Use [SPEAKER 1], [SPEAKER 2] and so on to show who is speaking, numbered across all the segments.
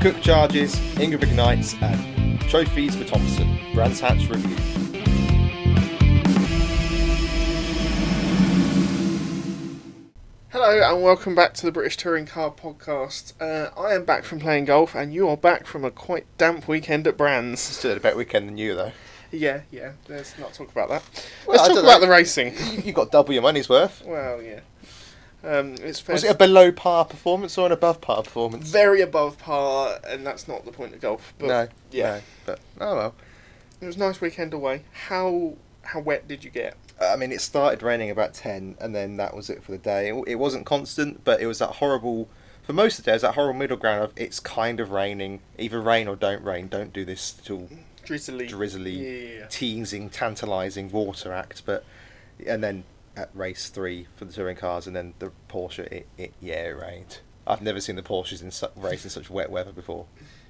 [SPEAKER 1] Cook charges, Ingram ignites, and trophies for Thompson. Brands Hatch review.
[SPEAKER 2] Hello and welcome back to the British Touring Car Podcast. Uh, I am back from playing golf, and you are back from a quite damp weekend at Brands.
[SPEAKER 1] Still had a better weekend than you, though.
[SPEAKER 2] Yeah, yeah. Let's not talk about that.
[SPEAKER 1] Well, I
[SPEAKER 2] Let's talk
[SPEAKER 1] don't
[SPEAKER 2] about
[SPEAKER 1] know.
[SPEAKER 2] the racing.
[SPEAKER 1] You, you got double your money's worth.
[SPEAKER 2] Well, yeah. Um, it's fair
[SPEAKER 1] Was
[SPEAKER 2] to-
[SPEAKER 1] it a below par performance or an above par performance?
[SPEAKER 2] very above par, and that's not the point of golf. But
[SPEAKER 1] no,
[SPEAKER 2] yeah.
[SPEAKER 1] no, but oh well.
[SPEAKER 2] it was a nice weekend away. How how wet did you get?
[SPEAKER 1] I mean, it started raining about 10, and then that was it for the day. It, it wasn't constant, but it was that horrible, for most of the day, it was that horrible middle ground of it's kind of raining, either rain or don't rain, don't do this till
[SPEAKER 2] Drizzly.
[SPEAKER 1] Drizzly.
[SPEAKER 2] Yeah.
[SPEAKER 1] teasing, tantalising water act. But, and then at race three for the touring cars, and then the Porsche, it, it yeah, it rained. I've never seen the Porsches in su- race in such wet weather before.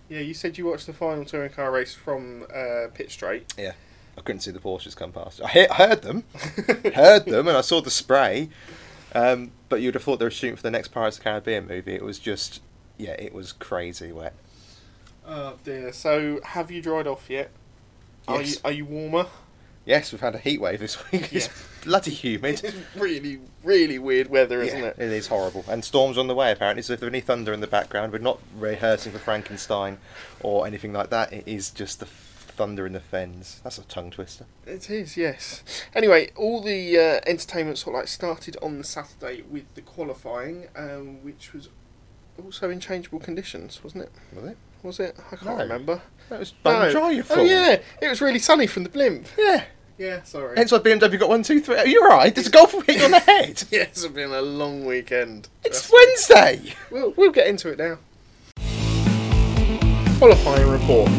[SPEAKER 2] Yeah, you said you watched the final touring car race from uh, pit straight.
[SPEAKER 1] Yeah. I couldn't see the Porsches come past. I, he- I heard them, heard them, and I saw the spray. Um, but you'd have thought they were shooting for the next Pirates of the Caribbean movie. It was just, yeah, it was crazy wet.
[SPEAKER 2] Oh dear. So have you dried off yet? Are you
[SPEAKER 1] Yes.
[SPEAKER 2] are you warmer?
[SPEAKER 1] Yes, we've had a heat wave this week. It's
[SPEAKER 2] Yeah.
[SPEAKER 1] bloody humid.
[SPEAKER 2] It's really really weird weather, isn't
[SPEAKER 1] Yeah,
[SPEAKER 2] it?
[SPEAKER 1] it is horrible. And storms on the way apparently. So if there's any thunder in the background, we're not rehearsing for Frankenstein or anything like that. It is just the f- thunder in the fens. That's a tongue twister.
[SPEAKER 2] It is, yes. Anyway, all the uh, entertainment sort of like started on the Saturday with the qualifying, um, which was also in changeable conditions, wasn't it?
[SPEAKER 1] Was it?
[SPEAKER 2] Was it? I can't
[SPEAKER 1] No.
[SPEAKER 2] remember.
[SPEAKER 1] That was bum
[SPEAKER 2] No.
[SPEAKER 1] dry. You fool.
[SPEAKER 2] Oh yeah, it was really sunny from the blimp.
[SPEAKER 1] Yeah.
[SPEAKER 2] Yeah, sorry.
[SPEAKER 1] Hence why BMW got one, two, three. Are you alright? There's a golf hit you on the head.
[SPEAKER 2] yeah, it's been a long weekend.
[SPEAKER 1] It's Wednesday.
[SPEAKER 2] We'll, we'll get into it now. Qualifying report.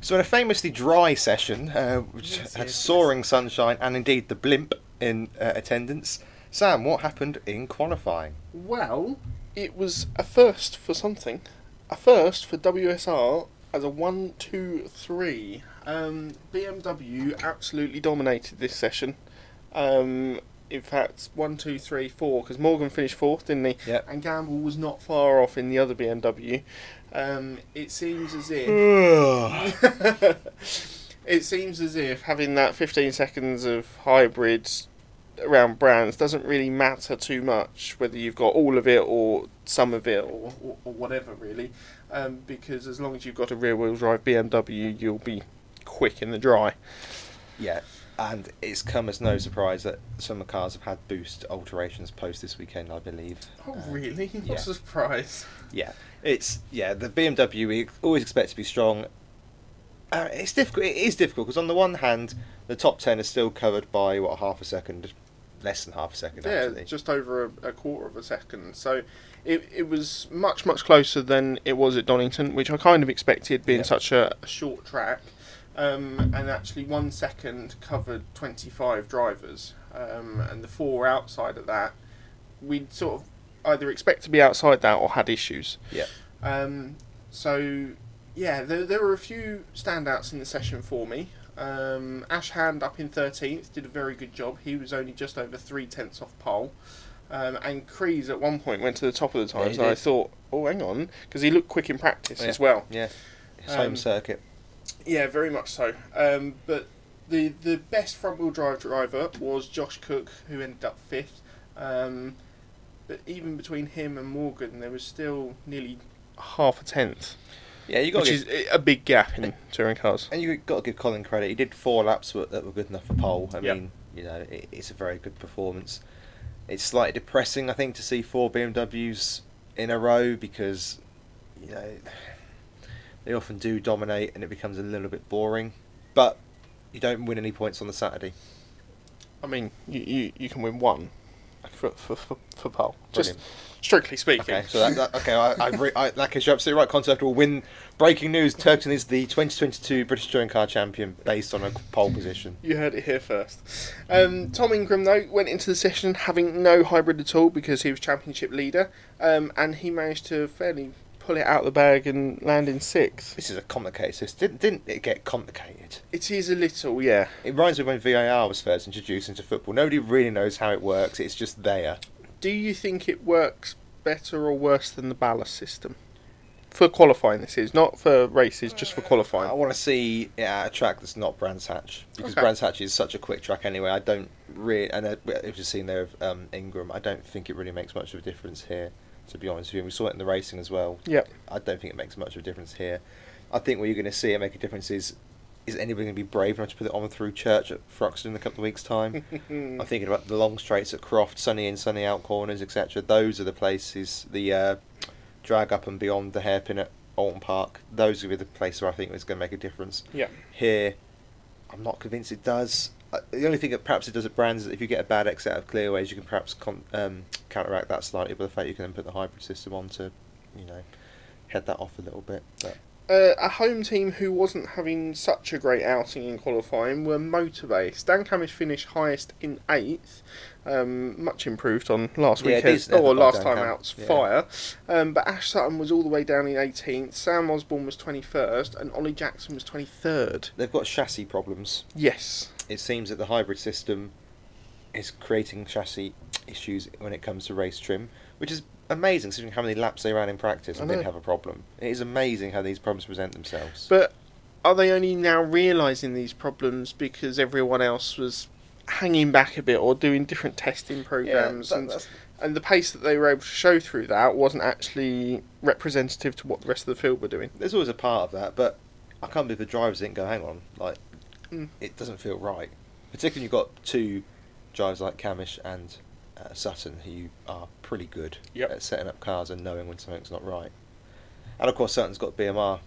[SPEAKER 1] So in a famously dry session, uh, which
[SPEAKER 2] Yes,
[SPEAKER 1] had
[SPEAKER 2] yes,
[SPEAKER 1] soaring sunshine and indeed the blimp in uh, attendance, Sam, what happened in qualifying?
[SPEAKER 2] Well, it was a first for something. A first for WSR as a one, two, three. Um, BMW absolutely dominated this session. Um, in fact, one, two, three, four, because Morgan finished fourth, didn't he?
[SPEAKER 1] Yep.
[SPEAKER 2] And Gamble was not far off in the other BMW. Um, it seems as if it seems as if having that 15 seconds of hybrids around brands doesn't really matter too much whether you've got all of it or some of it or, or, or whatever really um, because as long as you've got a rear wheel drive BMW you'll be quick in the dry
[SPEAKER 1] Yeah, and it's come as no surprise that some cars have had boost alterations post this weekend, I believe.
[SPEAKER 2] Oh,
[SPEAKER 1] Uh,
[SPEAKER 2] Not
[SPEAKER 1] yeah.
[SPEAKER 2] surprised
[SPEAKER 1] Yeah, it's yeah the BMW we always expect to be strong. Uh, it's difficult. It is difficult because on the one hand, the top ten is still covered by what half a second, less than half a second
[SPEAKER 2] yeah
[SPEAKER 1] actually.
[SPEAKER 2] just over a, a quarter of a second so it, it was much much closer than it was at Donington which I kind of expected being
[SPEAKER 1] Yeah.
[SPEAKER 2] such a, a short track um, and actually one second covered 25 drivers um, and the four outside of that we'd sort of either expect to be outside that or had issues
[SPEAKER 1] Yeah.
[SPEAKER 2] um, so, yeah, there, there were a few standouts in the session for me. Um, Ash Hand up in 13th did a very good job. He was only just over three tenths off pole. Um, and Crees at one point went to the top of the
[SPEAKER 1] Yeah, he
[SPEAKER 2] times, and I
[SPEAKER 1] did. Oh,
[SPEAKER 2] thought, oh, hang on, because he looked quick in practice
[SPEAKER 1] Yeah.
[SPEAKER 2] as well.
[SPEAKER 1] Yeah, it's
[SPEAKER 2] Um,
[SPEAKER 1] home circuit.
[SPEAKER 2] Yeah, very much so. Um, but the the best front wheel drive driver was Josh Cook, who ended up fifth. Um, but even between him and Morgan, there was still nearly half a tenth.
[SPEAKER 1] Yeah, you got
[SPEAKER 2] which
[SPEAKER 1] to
[SPEAKER 2] is a big gap in touring cars.
[SPEAKER 1] and you got to give Colin credit. He did four laps wa- that were good enough for pole. I
[SPEAKER 2] Yeah.
[SPEAKER 1] mean, you know, it, it's a very good performance. It's slightly depressing, I think, to see four BMWs in a row because, you know, they often do dominate and it becomes a little bit boring. But you don't win any points on the Saturday.
[SPEAKER 2] I mean, you, you, you can win one for for for, for pole. Just
[SPEAKER 1] Brilliant.
[SPEAKER 2] strictly speaking.
[SPEAKER 1] Okay, so that, that okay, I, I, re- I that gives you absolutely right. Concept will win. Breaking news: Turkson is the 2022 British Touring Car Champion based on a pole position.
[SPEAKER 2] You heard it here first. Um, Tom Ingram, though, went into the session having no hybrid at all because he was championship leader, um, and he managed to fairly pull it out the bag and land in sixth.
[SPEAKER 1] This is a complicated system. Didn't, didn't it get complicated?
[SPEAKER 2] It is a little, yeah.
[SPEAKER 1] It reminds me when VAR was first introduced into football. Nobody really knows how it works. It's just there.
[SPEAKER 2] Do you think it works better or worse than the ballast system? For qualifying, this is not for races, just for
[SPEAKER 1] I
[SPEAKER 2] qualifying.
[SPEAKER 1] want to see it at a track that's not Brands Hatch because
[SPEAKER 2] Okay.
[SPEAKER 1] Brands Hatch is such a quick track anyway. I don't really, and uh, if you've seen there of um, Ingram, I don't think it really makes much of a difference here. To be honest with you, we saw it in the racing as well.
[SPEAKER 2] Yep.
[SPEAKER 1] I don't think it makes much of a difference here. I think where you're going to see it make a difference is is anybody going to be brave enough to put it on through church at Thruxton in a couple of weeks' time? I'm thinking about the long straights at Croft, sunny in, sunny out corners, etc. Those are the places, the uh, drag up and beyond the hairpin at Alton Park. Those are the places where I think it's going to make a difference.
[SPEAKER 2] Yeah.
[SPEAKER 1] Here, I'm not convinced it does. Uh, The only thing that perhaps it does at Brands is if you get a bad exit out of clearways, you can perhaps con- um, counteract that slightly by the fact you can then put the hybrid system on to, you know, head that off a little bit. But
[SPEAKER 2] Uh, a home team who wasn't having such a great outing in qualifying were Motorbase. Dan Camish finished highest in eighth, um, much improved on last
[SPEAKER 1] Yeah,
[SPEAKER 2] weekend's
[SPEAKER 1] decent effort
[SPEAKER 2] or
[SPEAKER 1] by
[SPEAKER 2] last
[SPEAKER 1] Dan
[SPEAKER 2] time
[SPEAKER 1] Cam-
[SPEAKER 2] out's
[SPEAKER 1] yeah.
[SPEAKER 2] fire. Um, but Ash Sutton was all the way down in 18th. Sam Osborne was 21st, and Ollie Jackson was 23rd.
[SPEAKER 1] they've got chassis problems.
[SPEAKER 2] Yes,
[SPEAKER 1] it seems that the hybrid system is creating chassis issues when it comes to race trim, which is amazing considering how many laps they ran in practice
[SPEAKER 2] I
[SPEAKER 1] and didn't
[SPEAKER 2] know.
[SPEAKER 1] have a problem. It is amazing how these problems present themselves.
[SPEAKER 2] but are they only now realising these problems because everyone else was hanging back a bit or doing different testing programs and and the pace that they were able to show through that wasn't actually representative to what the rest of the field were doing.
[SPEAKER 1] there's always a part of that, but I can't believe the drivers didn't go, hang on, like,
[SPEAKER 2] Mm.
[SPEAKER 1] it doesn't feel right. Particularly when you've got two drivers like Camish and uh, Sutton who are pretty good
[SPEAKER 2] Yep.
[SPEAKER 1] at setting up cars and knowing when something's not right. And of course, Sutton's got BMR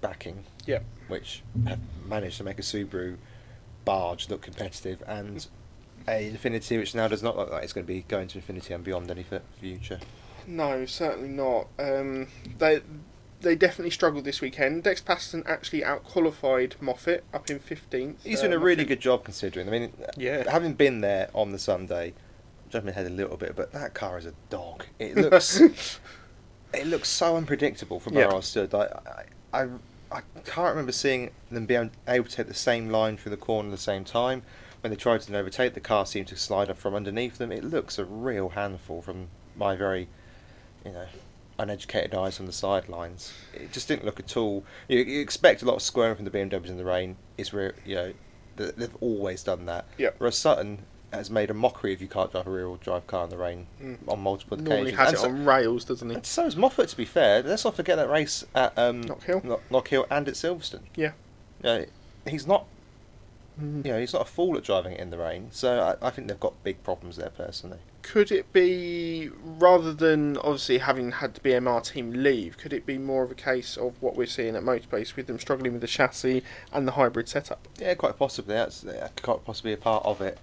[SPEAKER 1] backing,
[SPEAKER 2] Yep.
[SPEAKER 1] which have managed to make a Subaru barge look competitive and a Infinity, which now does not look like it's going to be going to Infinity and beyond any f- future.
[SPEAKER 2] No, certainly not. Um, they they definitely struggled this weekend. Dex Patterson actually out qualified Moffat up in fifteenth. uh,
[SPEAKER 1] He's doing a really good job considering. I mean,
[SPEAKER 2] Um, Yeah.
[SPEAKER 1] having been there on the Sunday, I'm jumping ahead a little bit, but that car is a dog. It looks, it looks so unpredictable from where
[SPEAKER 2] Yeah.
[SPEAKER 1] I stood. I, I, I, I can't remember seeing them being able to take the same line through the corner at the same time. When they tried to overtake, the car seemed to slide up from underneath them. It looks a real handful from my very, you know, uneducated eyes from the sidelines. It just didn't look at all. You, you expect a lot of squaring from the BMWs in the rain. It's real, you know, th- they've always done that.
[SPEAKER 2] Yep.
[SPEAKER 1] Whereas Sutton has made a mockery if you can't drive a rear-wheel drive car in the rain
[SPEAKER 2] Mm.
[SPEAKER 1] on multiple
[SPEAKER 2] Normally
[SPEAKER 1] occasions.
[SPEAKER 2] has
[SPEAKER 1] And
[SPEAKER 2] it
[SPEAKER 1] so-
[SPEAKER 2] on rails, doesn't he?
[SPEAKER 1] and so is Moffat. To be fair, let's not forget that race at um,
[SPEAKER 2] Knockhill.
[SPEAKER 1] Kno- Knockhill and at Silverstone.
[SPEAKER 2] Yeah.
[SPEAKER 1] You know, he's not. You know, he's not a fool at driving it in the rain. So I, I think they've got big problems there personally.
[SPEAKER 2] Could it be rather than obviously having had the BMR team leave? Could it be more of a case of what we're seeing at Motorbase with them struggling with the chassis and the hybrid setup?
[SPEAKER 1] Yeah, quite possibly. That's uh, quite possibly a part of it.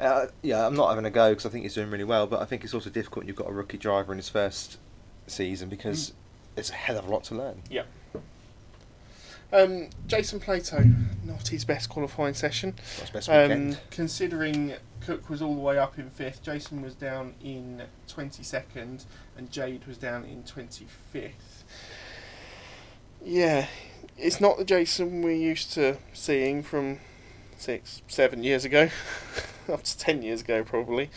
[SPEAKER 1] Uh, yeah, I'm not having a go because I think he's doing really well, but I think it's also difficult when you've got a rookie driver in his first season because it's a hell of a lot to learn.
[SPEAKER 2] Yeah. Um, Jason Plato, not his best qualifying session.
[SPEAKER 1] That's his best
[SPEAKER 2] Um,
[SPEAKER 1] weekend.
[SPEAKER 2] considering Cook was all the way up in fifth, Jason was down in 22nd, and Jade was down in 25th. Yeah, it's not the Jason we're used to seeing from six, seven years ago, up to ten years ago, probably.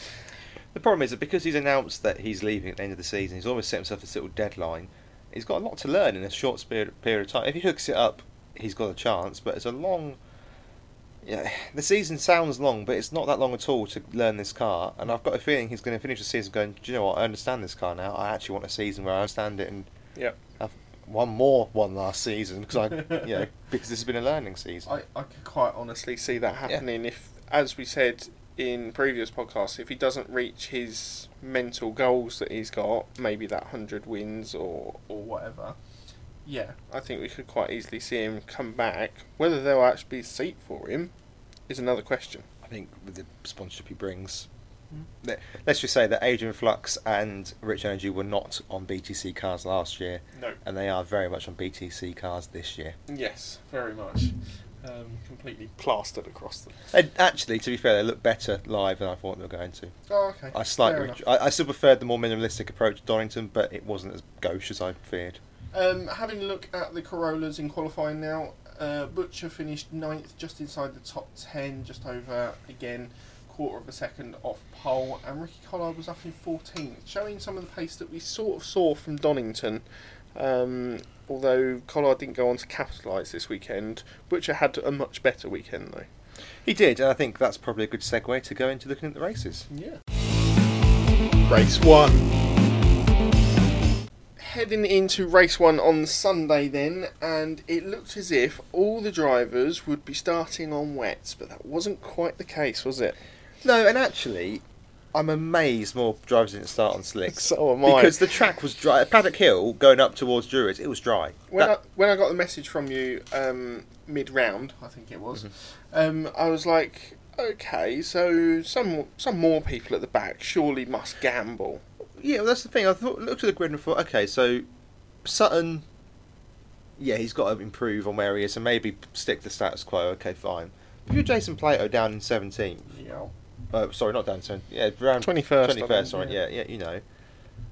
[SPEAKER 1] The problem is that because he's announced that he's leaving at the end of the season, he's almost set himself this little deadline. He's got a lot to learn in a short spirit, period of time. If he hooks it up, he's got a chance, but it's a long. Yeah, the season sounds long, but it's not that long at all to learn this car. And I've got a feeling he's going to finish the season going, Do you know what? I understand this car now. I actually want a season where I understand it and
[SPEAKER 2] Yep.
[SPEAKER 1] have one more one last season because I, you know, because this has been a learning season.
[SPEAKER 2] I, I could quite honestly see that happening if, as we said in previous podcasts, if he doesn't reach his mental goals that he's got, maybe that 100 wins or, or whatever, yeah, I think we could quite easily see him come back. Whether there'll actually be a seat for him is another question.
[SPEAKER 1] I think with the sponsorship he brings.
[SPEAKER 2] Mm.
[SPEAKER 1] Let- Let's just say that Adrian Flux and Rich Energy were not on BTC cars last year,
[SPEAKER 2] No.
[SPEAKER 1] and they are very much on BTC cars this year.
[SPEAKER 2] Yes, very much. Um, completely plastered across them.
[SPEAKER 1] And actually, to be fair, they look better live than I thought they were going to.
[SPEAKER 2] Oh, okay.
[SPEAKER 1] I
[SPEAKER 2] fair
[SPEAKER 1] slightly,
[SPEAKER 2] enough.
[SPEAKER 1] ret- I, I still preferred the more minimalistic approach to Donington, but it wasn't as gauche as I feared.
[SPEAKER 2] Um, having a look at the Corollas in qualifying now, uh, Butcher finished ninth, just inside the top ten, just over again, quarter of a second off pole, and Ricky Collard was up in 14th, showing some of the pace that we sort of saw from Donington. Um, although Collard didn't go on to capitalise this weekend, Butcher had a much better weekend though.
[SPEAKER 1] He did, and I think that's probably a good segue to go into looking at the races.
[SPEAKER 2] Yeah.
[SPEAKER 3] Race one.
[SPEAKER 2] heading into race one on Sunday then, and it looked as if all the drivers would be starting on wets, but that wasn't quite the case, was it?
[SPEAKER 1] No, and actually, I'm amazed more drivers didn't start on slicks.
[SPEAKER 2] So am I.
[SPEAKER 1] Because the track was dry. Paddock Hill going up towards Druids, it was dry.
[SPEAKER 2] When
[SPEAKER 1] That-
[SPEAKER 2] I, when I got the message from you um, mid round, I think it was, um, I was like, okay, so some some more people at the back surely must gamble.
[SPEAKER 1] yeah, well, that's the thing. I thought, looked at the grid and thought, okay, so Sutton, yeah, he's got to improve on where he is, and maybe stick the status quo. Okay, fine. If you're Jason Plato down in 17th,
[SPEAKER 2] Yeah.
[SPEAKER 1] uh, sorry, not down 17th, yeah, around
[SPEAKER 2] 21st, I
[SPEAKER 1] twenty first,
[SPEAKER 2] think,
[SPEAKER 1] sorry, yeah. yeah, you know.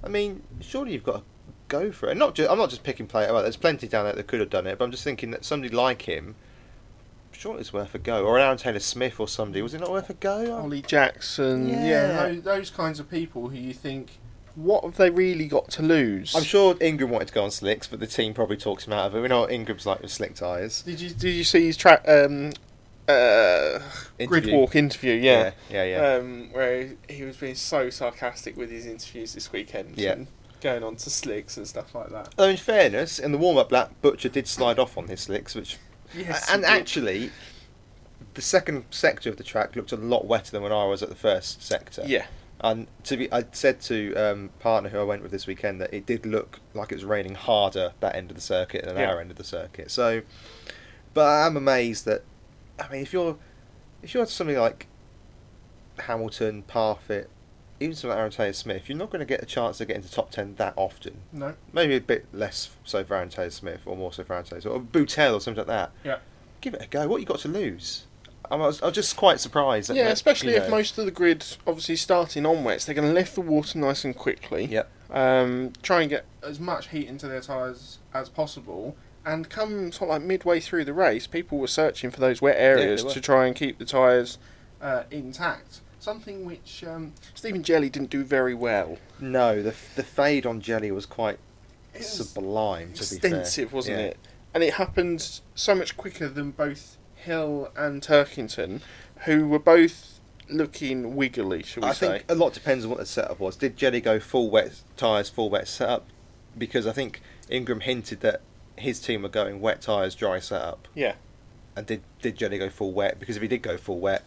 [SPEAKER 1] I mean, surely you've got to go for it. And not just, I'm not just picking Plato. out. There's plenty down there that could have done it, but I'm just thinking that somebody like him, surely it's worth a go. Or an Aaron Taylor Smith or somebody, was it not worth a go?
[SPEAKER 2] Ollie Jackson, yeah,
[SPEAKER 1] Yeah.
[SPEAKER 2] tho- those kinds of people who you think, what have they really got to lose?
[SPEAKER 1] I'm sure Ingram wanted to go on slicks, but the team probably talks him out of it. We know what Ingram's like with slick tyres.
[SPEAKER 2] Did you did you see his track um, uh, grid
[SPEAKER 1] Interview.
[SPEAKER 2] walk interview? Yeah,
[SPEAKER 1] yeah, yeah.
[SPEAKER 2] Um, where he was being so sarcastic with his interviews this weekend.
[SPEAKER 1] Yeah. Uh,
[SPEAKER 2] and going on to slicks and stuff like that.
[SPEAKER 1] Though in fairness, in the warm-up lap, Butcher did slide off on his slicks, which
[SPEAKER 2] Yes,
[SPEAKER 1] and
[SPEAKER 2] he did.
[SPEAKER 1] actually, the second sector of the track looked a lot wetter than when I was at the first sector.
[SPEAKER 2] Yeah,
[SPEAKER 1] And to be, I said to um, partner who I went with this weekend that it did look like it was raining harder that end of the circuit than
[SPEAKER 2] Yeah.
[SPEAKER 1] our end of the circuit. So, but I'm amazed that, I mean, if you're, if you're something like Hamilton, Parfit, even someone like Aaron Taylor Smith, you're not going to get a chance to get into top ten that often.
[SPEAKER 2] no,
[SPEAKER 1] Maybe a bit less so for Aaron Taylor Smith, or more so for Aaron Taylor, Smith, or Boutel or something like that.
[SPEAKER 2] yeah,
[SPEAKER 1] Give it a go. What you got to lose? I'm, I was, I was just quite surprised. That,
[SPEAKER 2] yeah.
[SPEAKER 1] that,
[SPEAKER 2] Especially
[SPEAKER 1] you
[SPEAKER 2] if
[SPEAKER 1] know-
[SPEAKER 2] most of the grid obviously starting on wets, they're going to lift the water nice and quickly.
[SPEAKER 1] Yep.
[SPEAKER 2] um, try and get as much heat into their tyres as possible. And come sort of like midway through the race, people were searching for those wet areas
[SPEAKER 1] were.
[SPEAKER 2] to try and keep the tyres uh, intact. Something which um, Stephen Jelly didn't do very well.
[SPEAKER 1] No, the the fade on Jelly was quite
[SPEAKER 2] It was
[SPEAKER 1] sublime. To be fair,
[SPEAKER 2] extensive, wasn't
[SPEAKER 1] Yeah.
[SPEAKER 2] it? And it happened so much quicker than both Hill and Turkington, who were both looking wiggly, shall we
[SPEAKER 1] I
[SPEAKER 2] say?
[SPEAKER 1] think a lot depends on what the setup was. Did Jelly go full wet tyres, full wet setup? Because I think Ingram hinted that his team were going wet tyres, dry setup.
[SPEAKER 2] yeah.
[SPEAKER 1] And did did Jelly go full wet? Because if he did go full wet,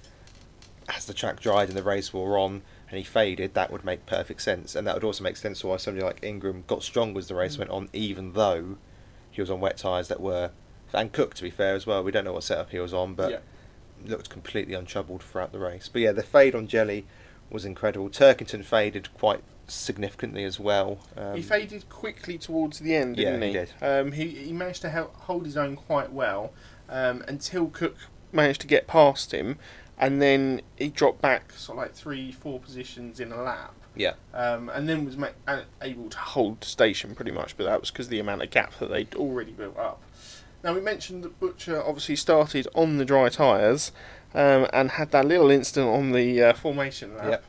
[SPEAKER 1] as the track dried and the race wore on and he faded, that would make perfect sense. And that would also make sense to why somebody like Ingram got stronger as the race
[SPEAKER 2] Mm.
[SPEAKER 1] went on, even though he was on wet tyres that were. And Cook, to be fair, as well. We don't know what setup he was on, but
[SPEAKER 2] Yeah.
[SPEAKER 1] looked completely untroubled throughout the race. But yeah, the fade on Jelly was incredible. Turkington faded quite significantly as well. Um,
[SPEAKER 2] he faded quickly towards the end,
[SPEAKER 1] Yeah,
[SPEAKER 2] didn't he?
[SPEAKER 1] he did.
[SPEAKER 2] Um, he, he managed to help hold his own quite well um, until Cook managed to get past him, and then he dropped back sort of like three, four positions in a lap,
[SPEAKER 1] Yeah,
[SPEAKER 2] um, and then was ma- a- able to hold station pretty much. But that was because the amount of gap that they'd already built up. Now we mentioned that Butcher obviously started on the dry tyres, um, and had that little incident on the uh, formation lap.
[SPEAKER 1] Yep.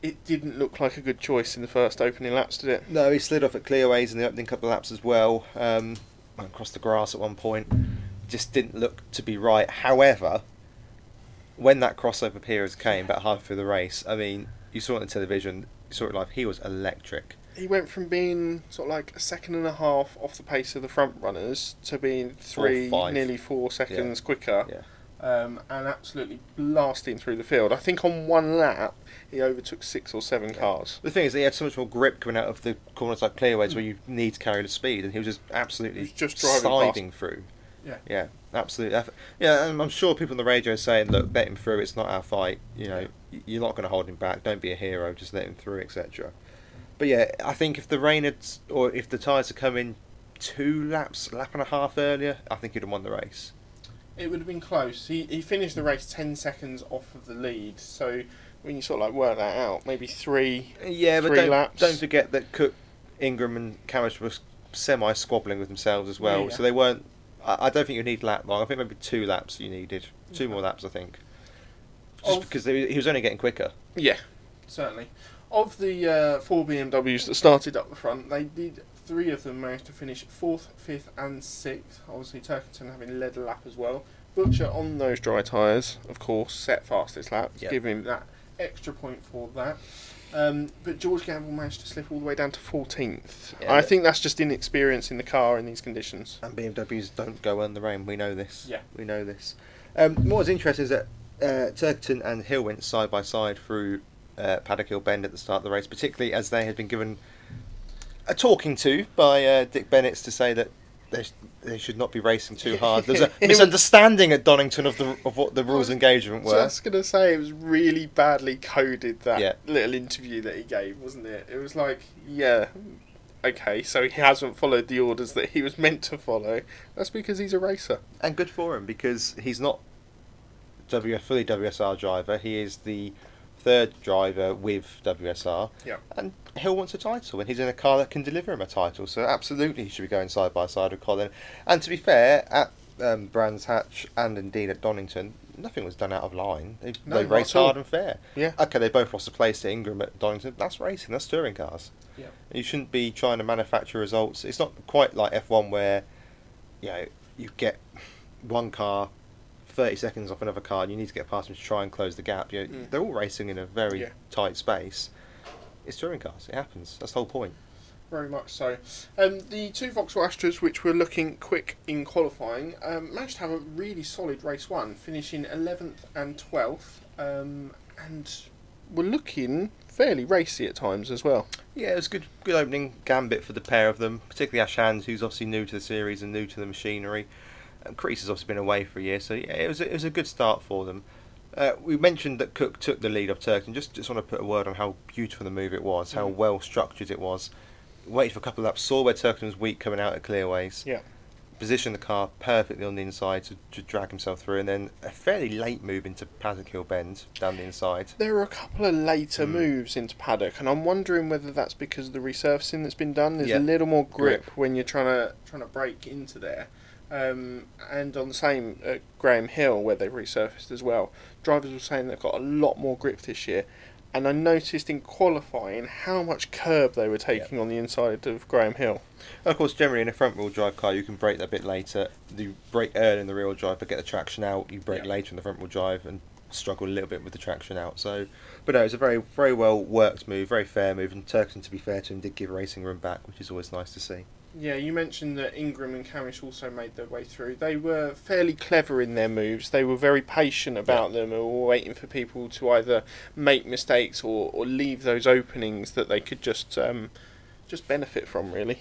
[SPEAKER 2] It didn't look like a good choice in the first opening laps, did it?
[SPEAKER 1] no, he slid off at Clearways in the opening couple of laps as well. Um, went across the grass at one point. Just didn't look to be right. However, when that crossover period came about half through the race, I mean, you saw it on television, you saw it live. He was electric.
[SPEAKER 2] he went from being sort of like a second and a half off the pace of the front runners to being three,
[SPEAKER 1] five.
[SPEAKER 2] nearly four seconds quicker,
[SPEAKER 1] Yeah.
[SPEAKER 2] um, and absolutely blasting through the field. I think on one lap he overtook six or seven cars.
[SPEAKER 1] The thing is, that he had so much more grip coming out of the corners like Clearways where you need to carry the speed, and he was just absolutely
[SPEAKER 2] He was just driving
[SPEAKER 1] sliding through.
[SPEAKER 2] Yeah.
[SPEAKER 1] Yeah, absolutely. I th- Yeah, and I'm sure people on the radio are saying, "Look, let him through. It's not our fight. You know, y- you're not going to hold him back. Don't be a hero. Just let him through, etc." But yeah, I think if the rain had, or if the tyres had come in two laps, lap and a half earlier, I think he'd have won the race.
[SPEAKER 2] It would have been close. He he finished the race ten seconds off of the lead, so when you sort of like work that out, maybe three.
[SPEAKER 1] Yeah, but
[SPEAKER 2] Three
[SPEAKER 1] don't,
[SPEAKER 2] laps.
[SPEAKER 1] don't forget that Cook, Ingram, and Camish were semi squabbling with themselves as well.
[SPEAKER 2] Yeah.
[SPEAKER 1] So they weren't. I, I don't think you need lap long. I think maybe two laps you needed. Two more laps, I think. Just
[SPEAKER 2] Of-
[SPEAKER 1] because they, he was only getting quicker.
[SPEAKER 2] Yeah, certainly. Of the uh, four BMWs that started up the front, they did three of them manage to finish fourth, fifth, and sixth. Obviously, Turkington having led a lap as well. Butcher on those dry tyres, of course, set fastest lap,
[SPEAKER 1] Yeah.
[SPEAKER 2] give him that extra point for that. Um, but George Gamble managed to slip all the way down to 14th.
[SPEAKER 1] Yeah,
[SPEAKER 2] I
[SPEAKER 1] but-
[SPEAKER 2] think that's just inexperience in the car in these conditions.
[SPEAKER 1] And BMWs don't go in the rain. We know this.
[SPEAKER 2] Yeah.
[SPEAKER 1] We know this. Um, what was interesting is that uh, Turkington and Hill went side by side through uh, Paddock Hill Bend at the start of the race, particularly as they had been given a talking to by uh, Dick Bennett to say that they, sh- they should not be racing too hard. There's a
[SPEAKER 2] It was-
[SPEAKER 1] misunderstanding at Donington of the of what the rules of engagement
[SPEAKER 2] So I
[SPEAKER 1] were.
[SPEAKER 2] was going to say it was really badly coded that
[SPEAKER 1] Yeah.
[SPEAKER 2] little interview that he gave, wasn't it? It was like, yeah, okay, so he hasn't followed the orders that he was meant to follow. That's because he's a racer.
[SPEAKER 1] And good for him because he's not W fully WSR driver. He is the third driver with WSR.
[SPEAKER 2] Yeah.
[SPEAKER 1] And Hill wants a title, and he's in a car that can deliver him a title. So absolutely, he should be going side by side with Colin. And to be fair, at um, Brands Hatch and indeed at Donington, nothing was done out of line. They,
[SPEAKER 2] No,
[SPEAKER 1] they
[SPEAKER 2] not
[SPEAKER 1] raced
[SPEAKER 2] at all.
[SPEAKER 1] hard and fair.
[SPEAKER 2] Yeah.
[SPEAKER 1] Okay, they both lost a place to Ingram at Donington. That's racing. That's touring cars.
[SPEAKER 2] Yeah.
[SPEAKER 1] You shouldn't be trying to manufacture results. It's not quite like F1 where, you know, you get one car 30 seconds off another car and you need to get past them to try and close the gap. You know,
[SPEAKER 2] Mm.
[SPEAKER 1] They're all racing in a very
[SPEAKER 2] Yeah.
[SPEAKER 1] tight space. It's touring cars. It happens. That's the whole point.
[SPEAKER 2] Very much so. Um, the two Vauxhall Astras, which were looking quick in qualifying, um, managed to have a really solid race one, finishing 11th and 12th, um, and were looking fairly racy at times as well.
[SPEAKER 1] Yeah, it was a good, good opening gambit for the pair of them, particularly Ash Hands, who's obviously new to the series and new to the machinery. Um, Crease has obviously been away for a year, so yeah, it was a, it was a good start for them. Uh, we mentioned that Cook took the lead off Turkington. Just just want to put a word on how beautiful the move it was, how
[SPEAKER 2] Mhm.
[SPEAKER 1] well structured it was. Waited for a couple of laps, saw where Turkington was weak coming out at clearways.
[SPEAKER 2] Yeah.
[SPEAKER 1] Positioned the car perfectly on the inside to, to drag himself through, and then a fairly late move into Paddock Hill Bend down the inside.
[SPEAKER 2] There are a couple of later
[SPEAKER 1] Mm.
[SPEAKER 2] moves into paddock, and I'm wondering whether that's because of the resurfacing that's been done. There's
[SPEAKER 1] Yeah.
[SPEAKER 2] a little more grip, when you're trying to trying to break into there. Um, and on the same uh, Graham Hill, where they resurfaced as well, drivers were saying they've got a lot more grip this year. And I noticed in qualifying how much curb they were taking on the inside of Graham Hill.
[SPEAKER 1] And of course, generally in a front wheel drive car, you can brake that bit later. You brake early in the rear wheel drive, but get the traction out. You brake
[SPEAKER 2] Yeah.
[SPEAKER 1] later in the front wheel drive and struggle a little bit with the traction out. So, but no, it was a very, very well worked move, very fair move. And Turkington, to be fair to him, did give racing room back, which is always nice to see.
[SPEAKER 2] Yeah, you mentioned that Ingram and Camish also made their way through. They were fairly clever in their moves. They were very patient about them and were waiting for people to either make mistakes or, or leave those openings that they could just um, just benefit from. Really,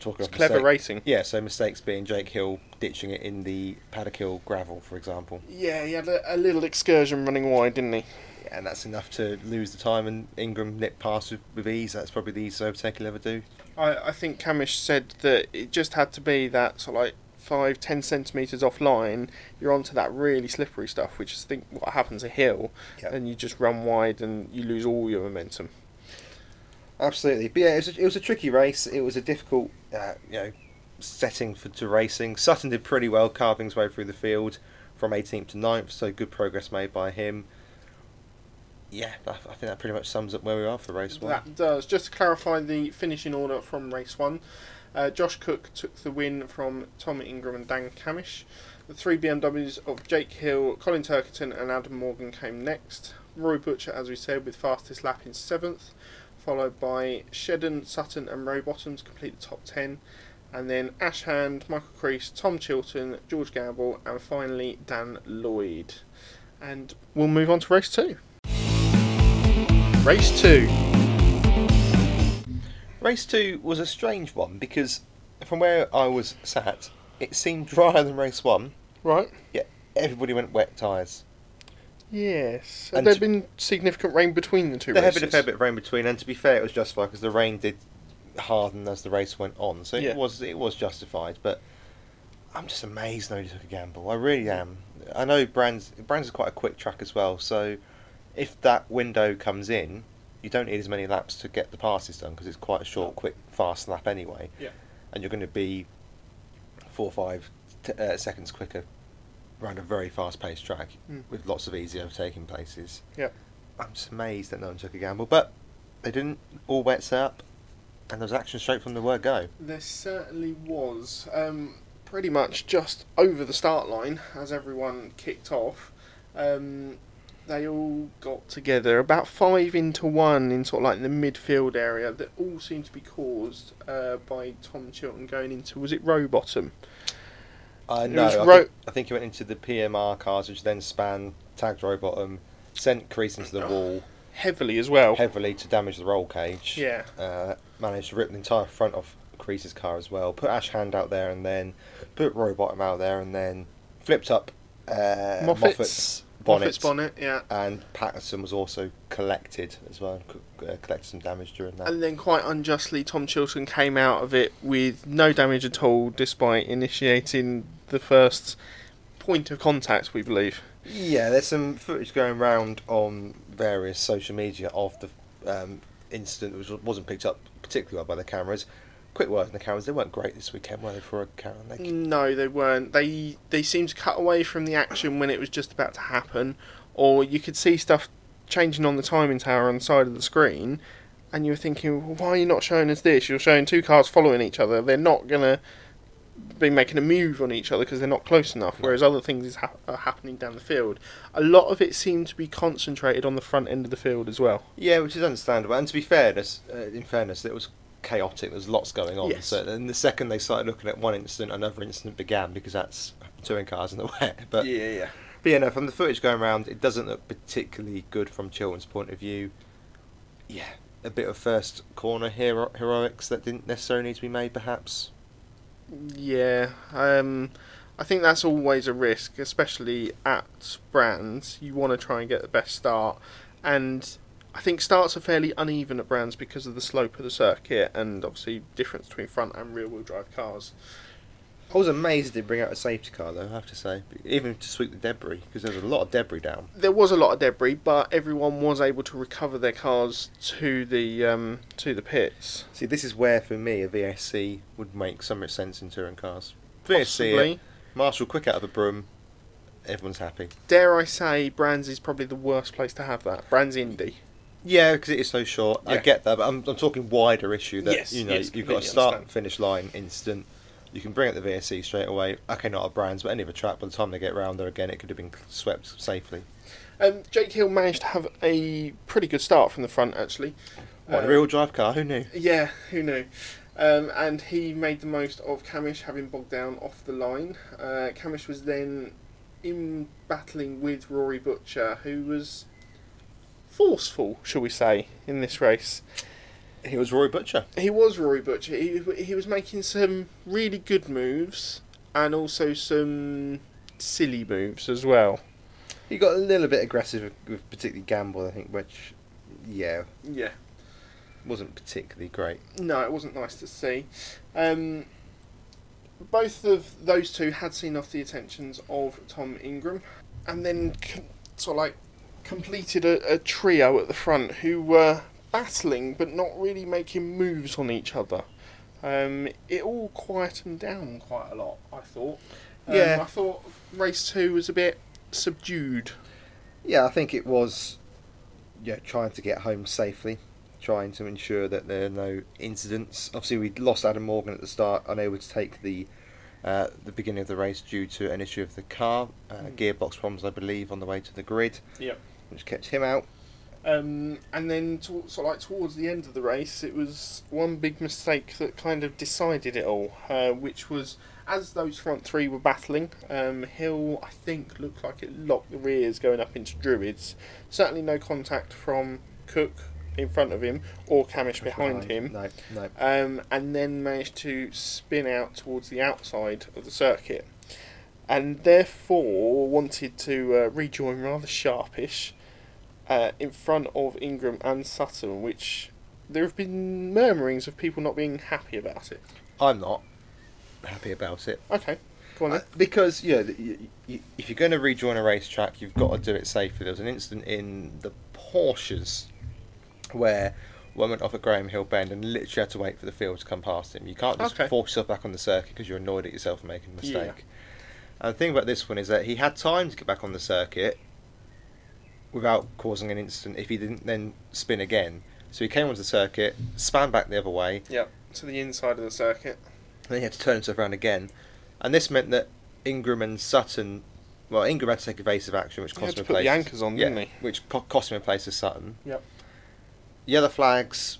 [SPEAKER 1] Talking
[SPEAKER 2] it's
[SPEAKER 1] of
[SPEAKER 2] clever
[SPEAKER 1] mistake-
[SPEAKER 2] racing.
[SPEAKER 1] Yeah, so mistakes being Jake Hill ditching it in the Paddock Hill gravel, for example.
[SPEAKER 2] Yeah, he had a, a little excursion running wide, didn't he?
[SPEAKER 1] Yeah, and that's enough to lose the time. And Ingram nipped past with, with ease. That's probably the easiest overtake he'll ever do.
[SPEAKER 2] I, I think Camish said that it just had to be that sort of like five, ten centimetres offline, you're onto that really slippery stuff, which is I think what happens at Hill,
[SPEAKER 1] Yep.
[SPEAKER 2] and you just run wide and you lose all your momentum.
[SPEAKER 1] Absolutely, but yeah, it was a, it was a tricky race. It was a difficult, uh, you know, setting for to racing. Sutton did pretty well, carving his way through the field from 18th to 9th, so good progress made by him. Yeah, I, I think that pretty much sums up where we are for race one.
[SPEAKER 2] That does. Just to clarify the finishing order from race one, uh, Josh Cook took the win from Tom Ingram and Dan Camish. The three BMWs of Jake Hill, Colin Turkerton, and Adam Morgan came next. Roy Butcher, as we said, with fastest lap in seventh, followed by Shedden, Sutton, and Row Bottom to complete the top ten. And then Ash Hand, Michael Crease, Tom Chilton, George Gamble, and finally Dan Lloyd. And we'll move on to race two.
[SPEAKER 3] Race 2.
[SPEAKER 1] Race two was a strange one because from where I was sat, it seemed drier than race one.
[SPEAKER 2] Right.
[SPEAKER 1] Yet everybody went wet tyres.
[SPEAKER 2] Yes. Have
[SPEAKER 1] And
[SPEAKER 2] there
[SPEAKER 1] to-
[SPEAKER 2] been significant rain between the two
[SPEAKER 1] There had
[SPEAKER 2] races?
[SPEAKER 1] been a fair bit of rain between, and to be fair, it was justified because the rain did harden as the race went on, so
[SPEAKER 2] Yeah.
[SPEAKER 1] it was it was justified. But I'm just amazed nobody took a gamble. I really am. I know Brands Brands is quite a quick track as well, so if that window comes in, you don't need as many laps to get the passes done because it's quite a short, quick, fast lap anyway.
[SPEAKER 2] Yeah.
[SPEAKER 1] and you're going to be four or five t- uh, seconds quicker around a very fast-paced track
[SPEAKER 2] Mm.
[SPEAKER 1] with lots of easy overtaking places.
[SPEAKER 2] Yep.
[SPEAKER 1] I'm just amazed that no one took a gamble, but they didn't. All wets up, and there was action straight from the word go.
[SPEAKER 2] There certainly was. Um, pretty much just over the start line as everyone kicked off. Um, they all got together about five into one in sort of like the midfield area that all seemed to be caused uh, by Tom Chilton going into was it Rowbottom?
[SPEAKER 1] Uh,
[SPEAKER 2] It
[SPEAKER 1] no,
[SPEAKER 2] was
[SPEAKER 1] I,
[SPEAKER 2] ro-
[SPEAKER 1] think, I think he went into the PMR cars, which then span tagged Robottom, sent Crease into the wall
[SPEAKER 2] Heavily as well.
[SPEAKER 1] heavily to damage the roll cage.
[SPEAKER 2] Yeah.
[SPEAKER 1] Uh, managed to rip the entire front off Crease's car as well. Put Ash Hand out there and then put Robottom out there and then flipped up uh,
[SPEAKER 2] Moffat's-
[SPEAKER 1] Moffat's bonnet.
[SPEAKER 2] Moffat's bonnet, yeah.
[SPEAKER 1] And Patterson was also collected as well, co- uh, collected some damage during that.
[SPEAKER 2] And then, quite unjustly, Tom Chilton came out of it with no damage at all, despite initiating the first point of contact, we believe.
[SPEAKER 1] Yeah, there's some footage going round on various social media of the um, incident, which wasn't picked up particularly well by the cameras. Quick word on the cameras, they weren't great this weekend, were they, for a Karen? They,
[SPEAKER 2] No, they weren't. They they seemed to cut away from the action when it was just about to happen, or you could see stuff changing on the timing tower on the side of the screen, and you were thinking, well, why are you not showing us this? You're showing two cars following each other. They're not gonna be making a move on each other because they're not close enough. Whereas other things is hap are happening down the field. A lot of it seemed to be concentrated on the front end of the field as well.
[SPEAKER 1] Yeah, which is understandable. And to be fair, this- uh, in fairness, it was chaotic. There was lots going on.
[SPEAKER 2] Yes.
[SPEAKER 1] So then the second they started looking at one incident, another incident began because that's touring cars in the wet. But
[SPEAKER 2] yeah.
[SPEAKER 1] But yeah, no, from the footage going around, it doesn't look particularly good from Chilton's point of view. Yeah, a bit of first corner hero- heroics that didn't necessarily need to be made, perhaps.
[SPEAKER 2] Yeah, um, I think that's always a risk, especially at brands. You want to try and get the best start, and I think starts are fairly uneven at brands because of the slope of the circuit and obviously difference between front and rear wheel drive cars.
[SPEAKER 1] I was amazed they bring out a safety car, though, I have to say, even to sweep the debris, because there was a lot of debris down.
[SPEAKER 2] There was a lot of debris, but everyone was able to recover their cars to the um, to the pits.
[SPEAKER 1] See, this is where, for me, a VSC would make so much sense in touring cars. VSC,
[SPEAKER 2] Possibly.
[SPEAKER 1] it, Marshall quick out of the broom, everyone's happy.
[SPEAKER 2] Dare I say, Brands is probably the worst place to have that. Brands Indy.
[SPEAKER 1] Yeah, because it is so short. I
[SPEAKER 2] Yeah.
[SPEAKER 1] get that, but I'm, I'm talking wider issue that
[SPEAKER 2] Yes,
[SPEAKER 1] you know
[SPEAKER 2] yes,
[SPEAKER 1] you've got a
[SPEAKER 2] completely
[SPEAKER 1] start and
[SPEAKER 2] understand.
[SPEAKER 1] finish line instant. You can bring up the VSC straight away. Okay, not a brands, but any other track. By the time they get round there again, it could have been swept safely.
[SPEAKER 2] Um, Jake Hill managed to have a pretty good start from the front, actually.
[SPEAKER 1] What
[SPEAKER 2] Uh,
[SPEAKER 1] a real drive car? Who knew?
[SPEAKER 2] Yeah, who knew? Um, and he made the most of Kamish having bogged down off the line. Uh, Kamish was then in battling with Rory Butcher, who was forceful, shall we say, in this race.
[SPEAKER 1] He was Roy Butcher.
[SPEAKER 2] He was Rory Butcher. He, he was making some really good moves and also some silly moves as well.
[SPEAKER 1] He got a little bit aggressive with, with particularly Gamble, I think, which yeah
[SPEAKER 2] Yeah.
[SPEAKER 1] wasn't particularly great.
[SPEAKER 2] No, it wasn't nice to see. Um, both of those two had seen off the attentions of Tom Ingram, and then com- sort of like completed a, a trio at the front who were battling but not really making moves on each other. Um, it all quietened down quite a lot, I thought. Um,
[SPEAKER 1] Yeah.
[SPEAKER 2] I thought race two was a bit subdued.
[SPEAKER 1] Yeah, I think it was. Yeah, trying to get home safely, trying to ensure that there are no incidents. Obviously, we lost Adam Morgan at the start, unable to take the uh, the beginning of the race due to an issue of the car, uh,
[SPEAKER 2] Mm.
[SPEAKER 1] gearbox problems, I believe, on the way to the grid,
[SPEAKER 2] Yep.
[SPEAKER 1] which kept him out.
[SPEAKER 2] Um, and then, to, so like towards the end of the race, it was one big mistake that kind of decided it all, uh, which was as those front three were battling, um, Hill I think looked like it locked the rears going up into Druids. Certainly no contact from Cook in front of him or Camish behind him.
[SPEAKER 1] No, no.
[SPEAKER 2] Um, and then managed to spin out towards the outside of the circuit, and therefore wanted to uh, rejoin rather sharpish uh, in front of Ingram and Sutton, which there have been murmurings of people not being happy about it.
[SPEAKER 1] I'm not happy about it.
[SPEAKER 2] Okay, go on
[SPEAKER 1] Uh,
[SPEAKER 2] then.
[SPEAKER 1] because yeah, th- y y if you're going to rejoin a racetrack, you've got to do it safely. There was an incident in the Porsches where one went off at Graham Hill Bend and literally had to wait for the field to come past him. You can't just
[SPEAKER 2] Okay.
[SPEAKER 1] force yourself back on the circuit because you're annoyed at yourself for making a mistake.
[SPEAKER 2] Yeah.
[SPEAKER 1] And the thing about this one is that he had time to get back on the circuit without causing an incident if he didn't then spin again. So he came onto the circuit, span back the other way,
[SPEAKER 2] Yep. To the inside of the circuit.
[SPEAKER 1] and then he had to turn himself around again. And this meant that Ingram and Sutton, well, Ingram had to take evasive action, which
[SPEAKER 2] He
[SPEAKER 1] cost
[SPEAKER 2] had
[SPEAKER 1] him
[SPEAKER 2] to
[SPEAKER 1] a
[SPEAKER 2] put the
[SPEAKER 1] place.
[SPEAKER 2] anchors on,
[SPEAKER 1] yeah,
[SPEAKER 2] didn't he?
[SPEAKER 1] Which co- cost him a place as Sutton.
[SPEAKER 2] Yep.
[SPEAKER 1] The other flags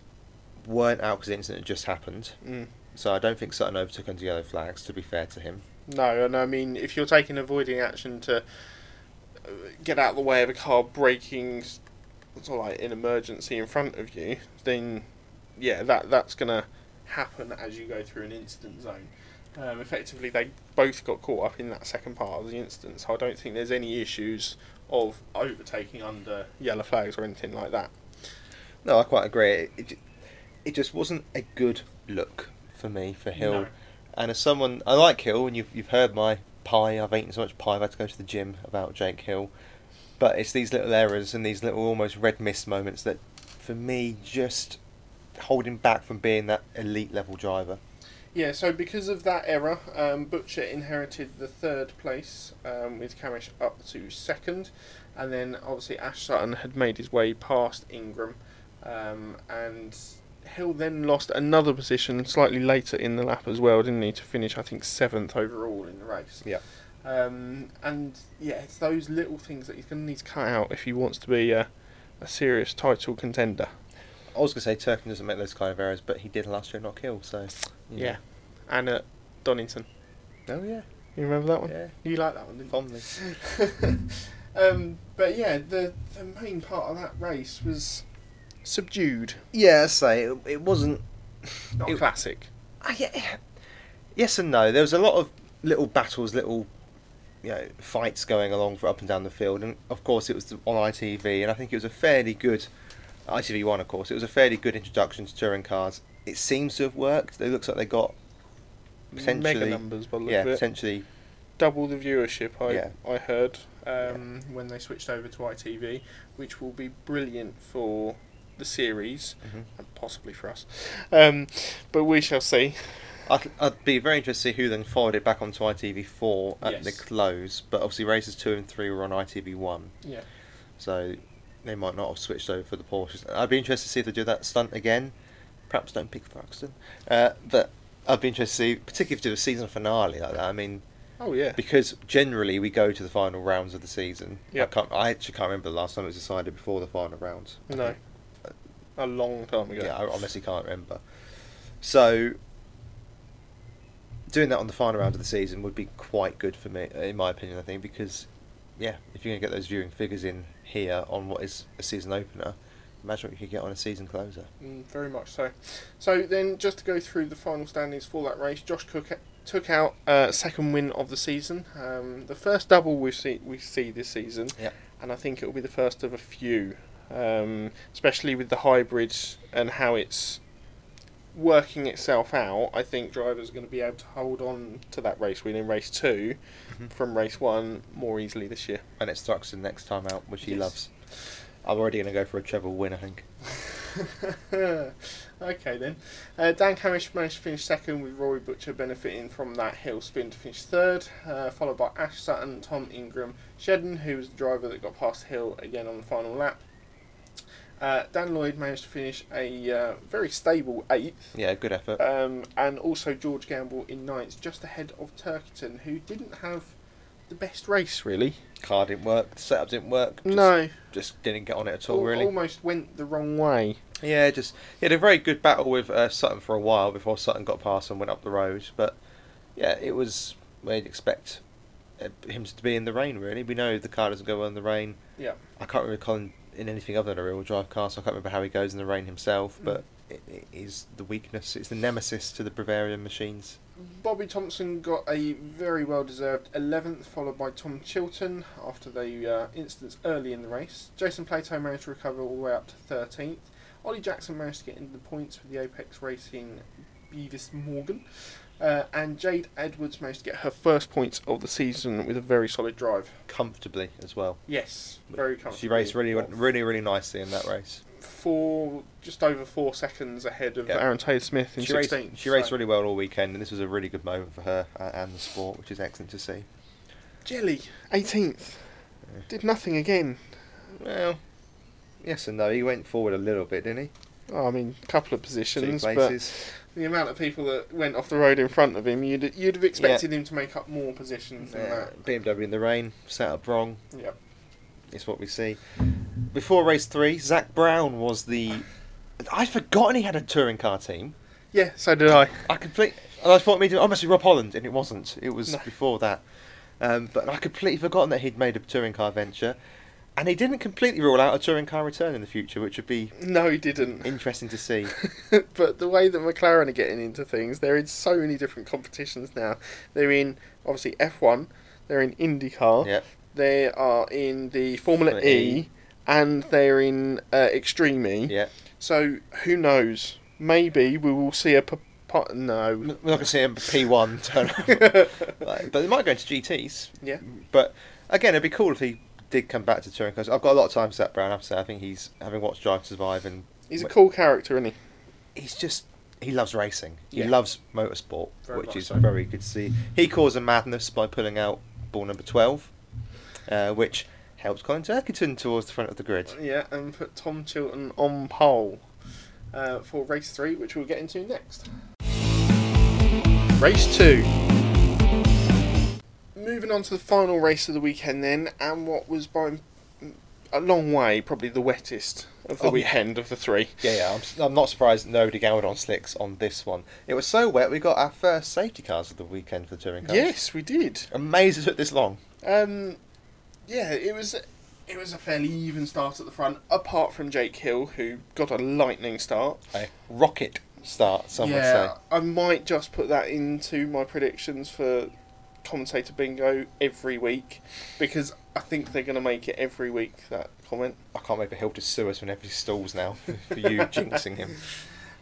[SPEAKER 1] weren't out because the incident had just happened,
[SPEAKER 2] Mm.
[SPEAKER 1] so I don't think Sutton overtook under yellow flags. To be fair to him,
[SPEAKER 2] No, and I mean, if you're taking avoiding action to uh, get out of the way of a car braking, s- sort of like an emergency in front of you, then yeah, that that's gonna happen as you go through an incident zone. Um, effectively, they both got caught up in that second part of the incident, so I don't think there's any issues of overtaking under yellow flags or anything like that.
[SPEAKER 1] no, I quite agree. It, it, ju- it just wasn't a good look for me for Hill.
[SPEAKER 2] No.
[SPEAKER 1] And as someone, I like Hill, and you've you've heard my pie. I've eaten so much pie. I've had to go to the gym about Jake Hill, but it's these little errors and these little almost red mist moments that, for me, just hold him back from being that elite level driver.
[SPEAKER 2] Yeah, so because of that error, um, Butcher inherited the third place um, with Camish up to second, and then obviously Ash Sutton had made his way past Ingram, um, and Hill then lost another position slightly later in the lap as well, didn't he? To finish, I think seventh overall in the race.
[SPEAKER 1] Yeah.
[SPEAKER 2] Um, and yeah, it's those little things that he's going to need to cut out if he wants to be a, a serious title contender.
[SPEAKER 1] I was gonna say Turkin doesn't make those kind of errors, but he did last year at Knock Hill, so you
[SPEAKER 2] Yeah. And at Donington,
[SPEAKER 1] know. Oh yeah.
[SPEAKER 2] you remember that one?
[SPEAKER 1] Yeah.
[SPEAKER 2] You like that one, didn't you?
[SPEAKER 1] Fondly.
[SPEAKER 2] um, but yeah, the the main part of that race was subdued,
[SPEAKER 1] Yeah, I say it, it wasn't.
[SPEAKER 2] not
[SPEAKER 1] It-
[SPEAKER 2] classic.
[SPEAKER 1] Ah, yeah. Yes and no. There was a lot of little battles, little you know fights going along for up and down the field, and of course it was the- on ITV, and I think it was a fairly good ITV one. Of course, it was a fairly good introduction to touring cars. It seems to have worked. It looks like they got
[SPEAKER 2] Mega
[SPEAKER 1] potentially,
[SPEAKER 2] numbers, by the look
[SPEAKER 1] yeah,
[SPEAKER 2] of it.
[SPEAKER 1] potentially
[SPEAKER 2] double the viewership. I
[SPEAKER 1] Yeah.
[SPEAKER 2] I heard um, when they switched over to ITV, which will be brilliant for the series
[SPEAKER 1] Mhm.
[SPEAKER 2] and possibly for us. Um, but we shall see.
[SPEAKER 1] I'd, I'd be very interested to see who then followed it back onto ITV4 at
[SPEAKER 2] Yes.
[SPEAKER 1] the close, but obviously races two and three were on ITV1,
[SPEAKER 2] Yeah.
[SPEAKER 1] so they might not have switched over for the Porsches. I'd be interested to see if they do that stunt again. Perhaps don't pick Thruxton, uh, but I'd be interested to see, particularly if they do a season finale like that. I mean,
[SPEAKER 2] Oh yeah.
[SPEAKER 1] because generally we go to the final rounds of the season.
[SPEAKER 2] Yep.
[SPEAKER 1] I can't. I actually can't remember the last time it was decided before the final rounds. I
[SPEAKER 2] no.
[SPEAKER 1] think.
[SPEAKER 2] A long time ago.
[SPEAKER 1] Yeah, I honestly can't remember. So doing that on the final round of the season would be quite good for me, in my opinion. I think because yeah, if you're going to get those viewing figures in here on what is a season opener, imagine what you could get on a season closer.
[SPEAKER 2] Mm, very much so. So then, just to go through the final standings for that race, Josh Cook took out uh, second win of the season, um, the first double we see we see this season,
[SPEAKER 1] Yep.
[SPEAKER 2] and I think it will be the first of a few, um, especially with the hybrid and how it's working itself out. I think drivers are going to be able to hold on to that race win in race 2
[SPEAKER 1] Mhm.
[SPEAKER 2] from race one more easily this year.
[SPEAKER 1] And it's Thruxton next time out, which he
[SPEAKER 2] Yes.
[SPEAKER 1] loves. I'm already going to go for a treble win, I think.
[SPEAKER 2] okay then. Uh, Dan Camish managed to finish second with Rory Butcher benefiting from that hill spin to finish third, uh, followed by Ash Sutton, Tom Ingram, Shedden, who was the driver that got past Hill again on the final lap. Uh, Dan Lloyd managed to finish a uh, very stable eighth,
[SPEAKER 1] Yeah, good effort.
[SPEAKER 2] um, and also George Gamble in ninth, just ahead of Turkington, who didn't have the best race really.
[SPEAKER 1] Car didn't work, the setup didn't work. Just,
[SPEAKER 2] no,
[SPEAKER 1] Just didn't get on it at all,
[SPEAKER 2] al-
[SPEAKER 1] really.
[SPEAKER 2] almost went the wrong way.
[SPEAKER 1] Yeah, just he had a very good battle with uh, Sutton for a while before Sutton got past and went up the road. But yeah, it was where you'd expect uh, him to be in the rain. Really, we know the car doesn't go well in the rain.
[SPEAKER 2] Yeah.
[SPEAKER 1] I can't remember Colin in anything other than a real drive car, so I can't remember how he goes in the rain himself. But it, it is the weakness. It's the nemesis to the Bavarian machines.
[SPEAKER 2] Bobby Thompson got a very well deserved 11th, followed by Tom Chilton after the uh, incidents early in the race. Jason Plato managed to recover all the way up to 13th. Ollie Jackson managed to get into the points with the Apex Racing Beavis Morgan. Uh, and Jade Edwards managed to get her first points of the season with a very solid drive.
[SPEAKER 1] Comfortably as well.
[SPEAKER 2] Yes, very comfortable.
[SPEAKER 1] She raced really, really, really nicely in that race.
[SPEAKER 2] four, just over four seconds ahead of
[SPEAKER 1] Yeah.
[SPEAKER 2] Aaron Taylor Smith in
[SPEAKER 1] She raced,
[SPEAKER 2] 16th.
[SPEAKER 1] she raced
[SPEAKER 2] so-
[SPEAKER 1] really well all weekend, and this was a really good moment for her uh, and the sport, which is excellent to see.
[SPEAKER 2] Jelly, 18th.
[SPEAKER 1] Yeah.
[SPEAKER 2] Did nothing again.
[SPEAKER 1] Well, yes and no. He went forward a little bit, didn't he?
[SPEAKER 2] Oh, I mean, a couple of
[SPEAKER 1] Two
[SPEAKER 2] positions, but
[SPEAKER 1] places.
[SPEAKER 2] the amount of people that went off the road in front of him, you'd you'd have expected him to make up more positions than
[SPEAKER 1] Yeah, BMW in the rain, sat up wrong.
[SPEAKER 2] that. Yep.
[SPEAKER 1] It's what we see. Before race three, Zach Brown was the. I'd forgotten he had a touring car team.
[SPEAKER 2] Yeah, so did I.
[SPEAKER 1] I completely. I thought maybe oh, it must be Rob Holland, and it wasn't. It was
[SPEAKER 2] No.
[SPEAKER 1] before that. Um, but I completely forgotten that he'd made a touring car venture, and he didn't completely rule out a touring car return in the future, which would be
[SPEAKER 2] No, he didn't.
[SPEAKER 1] interesting to see.
[SPEAKER 2] but the way that McLaren are getting into things, they're in so many different competitions now. They're in obviously F1, they're in IndyCar,
[SPEAKER 1] Yep.
[SPEAKER 2] they are in the Formula,
[SPEAKER 1] Formula
[SPEAKER 2] e,
[SPEAKER 1] E.
[SPEAKER 2] and they're in uh, Extreme E.
[SPEAKER 1] Yeah,
[SPEAKER 2] So who knows? Maybe we will see a p- p-
[SPEAKER 1] we're
[SPEAKER 2] no.
[SPEAKER 1] not going to see him P one turn. Like, but they might go into GTS.
[SPEAKER 2] Yeah.
[SPEAKER 1] But again, it'd be cool if he did come back to touring cars. I've got a lot of time for Zach Brown. I have to say, I think he's having watched Drive to Survive, and
[SPEAKER 2] He's a cool character, isn't he?
[SPEAKER 1] he's just he loves racing.
[SPEAKER 2] Yeah.
[SPEAKER 1] He loves motorsport,
[SPEAKER 2] Very
[SPEAKER 1] which
[SPEAKER 2] much
[SPEAKER 1] is
[SPEAKER 2] so.
[SPEAKER 1] very good to see. He caused a madness by pulling out ball number twelve, uh, which helps Colin Turkington towards the front of the grid.
[SPEAKER 2] Yeah, and put Tom Chilton on pole uh, for race three, which we'll get into next.
[SPEAKER 3] Race 2.
[SPEAKER 2] Moving on to the final race of the weekend, then, and what was by a long way probably the wettest of the
[SPEAKER 1] Oh, yeah.
[SPEAKER 2] weekend of the three.
[SPEAKER 1] Yeah, yeah. I'm, s- I'm not surprised that nobody gambled on slicks on this one. It was so wet. We got our first safety cars of the weekend for the touring cars.
[SPEAKER 2] Yes, we did.
[SPEAKER 1] Amazed it took this long.
[SPEAKER 2] Um, yeah, it was it was a fairly even start at the front, apart from Jake Hill, who got a lightning start.
[SPEAKER 1] A rocket start, some would say.
[SPEAKER 2] yeah, I might just put that into my predictions for commentator bingo every week because I think they're going to make it every week. That comment.
[SPEAKER 1] I can't wait for Hill to sue us whenever he stalls now for you jinxing him.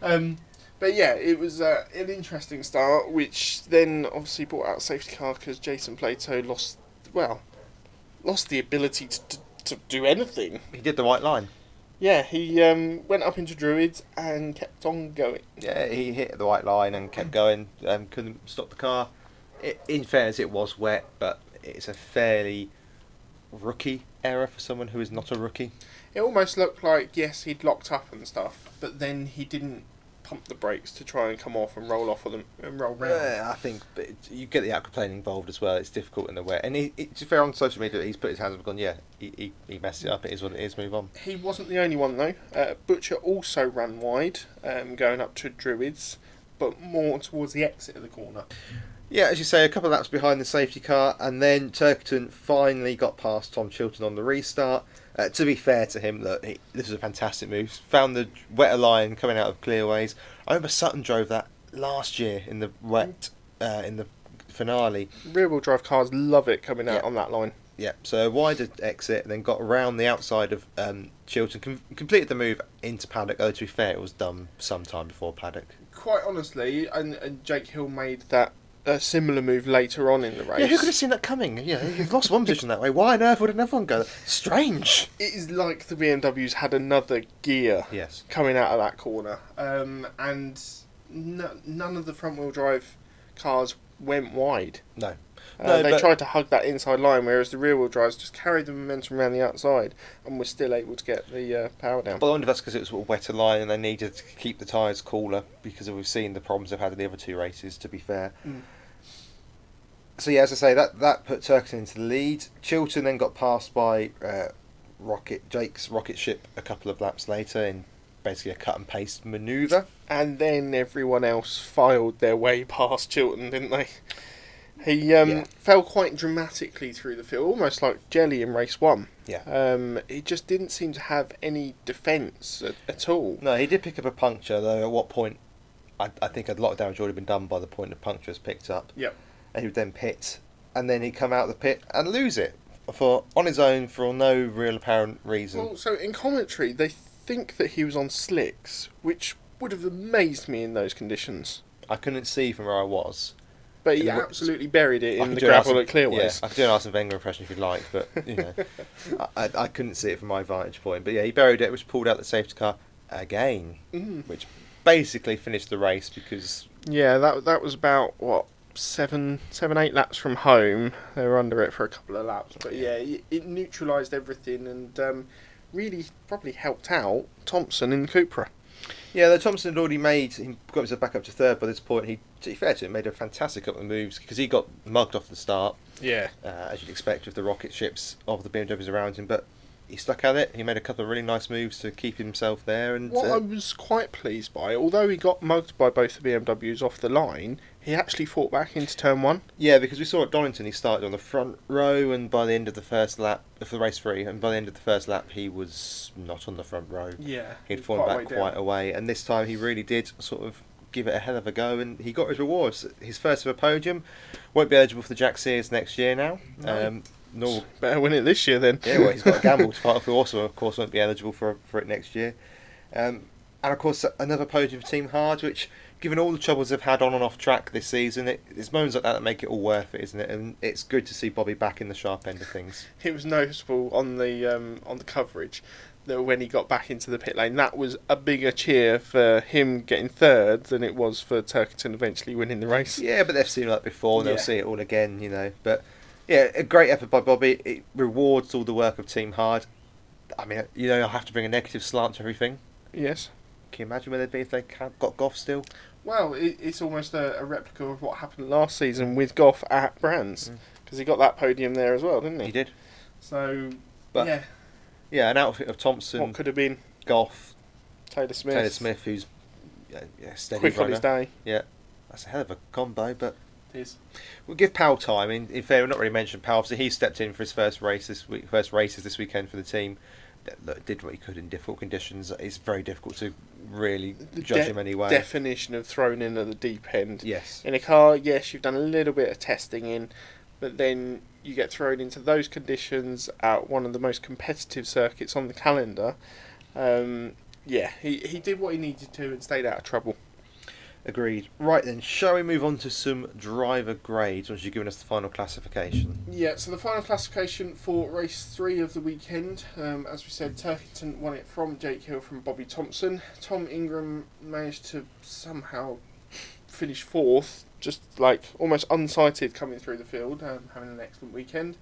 [SPEAKER 2] Um, but yeah, it was uh, an interesting start, which then obviously brought out safety car because Jason Plato lost, well, lost the ability to, to, to do anything.
[SPEAKER 1] He did the white line.
[SPEAKER 2] Yeah, he um, went up into Druids and kept on going.
[SPEAKER 1] Yeah, he hit the white line and kept going. Um, couldn't stop the car. It, in fairness, it was wet, but it's a fairly rookie error for someone who is not a rookie.
[SPEAKER 2] It almost looked like, yes, he'd locked up and stuff, but then he didn't pump the brakes to try and come off and roll off of them and roll round.
[SPEAKER 1] Yeah, I think but it- you get the alcohol playing involved as well. It's difficult in the wet, and he, it, to be fair on social media, he's put his hands up and gone, yeah, he, he, he messed it up. It is what it is. Move on.
[SPEAKER 2] He wasn't the only one though. Uh, Butcher also ran wide, um, going up to Druids, but more towards the exit of the corner.
[SPEAKER 1] Yeah, as you say, a couple of laps behind the safety car, and then Turkerton finally got past Tom Chilton on the restart. Uh, to be fair to him, look, he, this was a fantastic move. Found the wetter line coming out of clearways. I remember Sutton drove that last year in the wet, uh, in the finale.
[SPEAKER 2] Rear wheel drive cars love it coming
[SPEAKER 1] Yeah.
[SPEAKER 2] out on that line.
[SPEAKER 1] Yeah, so a wider exit, then got around the outside of um, Chilton, com- completed the move into paddock. Though to be fair, it was done sometime before paddock.
[SPEAKER 2] Quite honestly, and, and Jake Hill made that uh, similar move later on in the race.
[SPEAKER 1] Yeah, who could have seen that coming? Yeah, you've lost one position that way. Why on earth would another one go? Strange.
[SPEAKER 2] It is like the BMWs had another gear
[SPEAKER 1] Yes.
[SPEAKER 2] coming out of that corner, um, and no, none of the front wheel drive cars went wide.
[SPEAKER 1] No.
[SPEAKER 2] Uh,
[SPEAKER 1] No,
[SPEAKER 2] they
[SPEAKER 1] but-
[SPEAKER 2] tried to hug that inside line, whereas the rear wheel drives just carried the momentum around the outside and were still able to get the uh, power down.
[SPEAKER 1] But I wonder if that's because it was a wetter line and they needed to keep the tyres cooler because we've seen the problems they've had in the other two races, to be fair.
[SPEAKER 2] Mm.
[SPEAKER 1] So, yeah, as I say, that, that put Turkington into the lead. Chilton then got passed by uh, Rocket Jake's rocket ship a couple of laps later in basically a cut and paste manoeuvre.
[SPEAKER 2] And then everyone else filed their way past Chilton, didn't they? He um,
[SPEAKER 1] Yeah.
[SPEAKER 2] fell quite dramatically through the field, almost like Jelly in race one.
[SPEAKER 1] Yeah.
[SPEAKER 2] Um, he just didn't seem to have any defence at, at all.
[SPEAKER 1] No, he did pick up a puncture, though, at what point I, I think a lot of damage had already been done by the point the puncture was picked up.
[SPEAKER 2] Yep.
[SPEAKER 1] and he would then pit, and then he'd come out of the pit and lose it for on his own for no real apparent reason.
[SPEAKER 2] Well, so in commentary, they think that he was on slicks, which would have amazed me in those conditions.
[SPEAKER 1] I couldn't see from where I was.
[SPEAKER 2] but he
[SPEAKER 1] And what-
[SPEAKER 2] absolutely buried it
[SPEAKER 1] I could
[SPEAKER 2] in the
[SPEAKER 1] do an
[SPEAKER 2] gravel
[SPEAKER 1] Arsene-
[SPEAKER 2] at Clearways.
[SPEAKER 1] Yeah, I could do an Arsene Wenger impression if you'd like, but you know, I, I- I couldn't see it from my vantage point. But yeah, he buried it, which pulled out the safety car again,
[SPEAKER 2] Mm.
[SPEAKER 1] which basically finished the race because
[SPEAKER 2] Yeah, that that was about what seven, seven, eight laps from home. They were under it for a couple of laps, but yeah, it, it neutralised everything and um, really probably helped out Thompson in the Cupra.
[SPEAKER 1] yeah, though Thompson had already made he got himself back up to third by this point. He, to be fair to him, made a fantastic couple of moves because he got mugged off the start.
[SPEAKER 2] Yeah,
[SPEAKER 1] uh, as you'd expect with the rocket ships of the BMWs around him, but he stuck at it. He made a couple of really nice moves to keep himself there, and
[SPEAKER 2] what
[SPEAKER 1] uh,
[SPEAKER 2] I was quite pleased by, although he got mugged by both the BMWs off the line, he actually fought back into turn one.
[SPEAKER 1] yeah, because we saw at Donington he started on the front row, and by the end of the first lap of the race three, and by the end of the first lap he was not on the front row.
[SPEAKER 2] Yeah,
[SPEAKER 1] He'd fallen back quite a way, and this time he really did sort of give it a hell of a go, and he got his rewards. His first of a podium won't be eligible for the Jack Sears next year now.
[SPEAKER 2] No.
[SPEAKER 1] Um, nor
[SPEAKER 2] Better win it this year then.
[SPEAKER 1] Yeah, well, he's got a gamble to fight for. Also, of course, won't be eligible for for it next year. Um, and of course, another podium for Team Hard, which, given all the troubles they've had on and off track this season, it, it's moments like that that make it all worth it, isn't it? And it's good to see Bobby back in the sharp end of things.
[SPEAKER 2] it was noticeable on the um, on the coverage that when he got back into the pit lane, that was a bigger cheer for him getting third than it was for Turkington eventually winning the race.
[SPEAKER 1] Yeah, but they've seen all that before, and
[SPEAKER 2] Yeah.
[SPEAKER 1] they'll see it all again, you know. But yeah, a great effort by Bobby. It rewards all the work of Team Hard. I mean, you know, I have to bring a negative slant to everything.
[SPEAKER 2] Yes.
[SPEAKER 1] Can you imagine where they'd be if they ca- got Goff still?
[SPEAKER 2] Well, it, it's almost a, a replica of what happened last season with Goff at Brands
[SPEAKER 1] Mm.
[SPEAKER 2] because he got that podium there as well, didn't he?
[SPEAKER 1] He did.
[SPEAKER 2] So,
[SPEAKER 1] But-
[SPEAKER 2] yeah,
[SPEAKER 1] Yeah, an outfit of Thompson,
[SPEAKER 2] what could have been
[SPEAKER 1] Goff,
[SPEAKER 2] Taylor Smith?
[SPEAKER 1] Taylor Smith, who's yeah, yeah, steady
[SPEAKER 2] quick on
[SPEAKER 1] runner.
[SPEAKER 2] his day.
[SPEAKER 1] Yeah, that's a hell of a combo. But
[SPEAKER 2] Is
[SPEAKER 1] we'll give Powell time. In, in fair, we've not really mentioned Powell. Obviously, he stepped in for his first race this week, first races this weekend for the team. That, that did what he could in difficult conditions. It's very difficult to really judge him anyway.
[SPEAKER 2] definition of thrown in at the deep end.
[SPEAKER 1] yes.
[SPEAKER 2] in a car, yes, you've done a little bit of testing in, but then you get thrown into those conditions at one of the most competitive circuits on the calendar. Um, yeah, he, he did what he needed to and stayed out of trouble.
[SPEAKER 1] Agreed. Right then, shall we move on to some driver grades once you've given us the final classification?
[SPEAKER 2] Yeah, so the final classification for race three of the weekend, um, as we said, Turkington won it from Jake Hill from Bobby Thompson. Tom Ingram managed to somehow finish fourth, just like almost unsighted coming through the field, um, having an excellent weekend.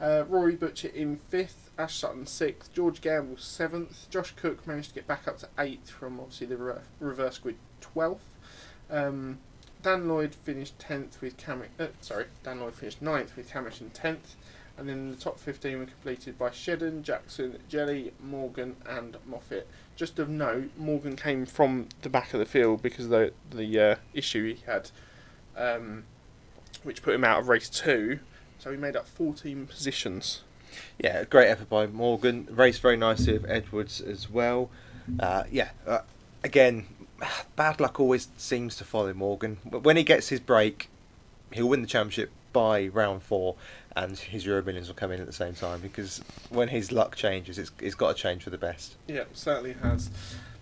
[SPEAKER 2] Uh, Rory Butcher in fifth, Ash Sutton sixth, George Gamble seventh, Josh Cook managed to get back up to eighth from obviously the re- reverse grid twelfth. Um, Dan Lloyd finished tenth with Cam. Uh, sorry, Dan Lloyd finished ninth with Camish in tenth, and then the top fifteen were completed by Shedden, Jackson, Jelly, Morgan, and Moffat. Just of note, Morgan came from the back of the field because of the the uh, issue he had, um, which put him out of race two. So he made up fourteen positions.
[SPEAKER 1] Yeah, a great effort by Morgan. Raced very nicely with Edwards as well. Uh, yeah, uh, again, bad luck always seems to follow Morgan. But when he gets his break, he'll win the championship by round four, and his Euro Millions will come in at the same time because when his luck changes, it's, it's got to change for the best.
[SPEAKER 2] Yeah, certainly has.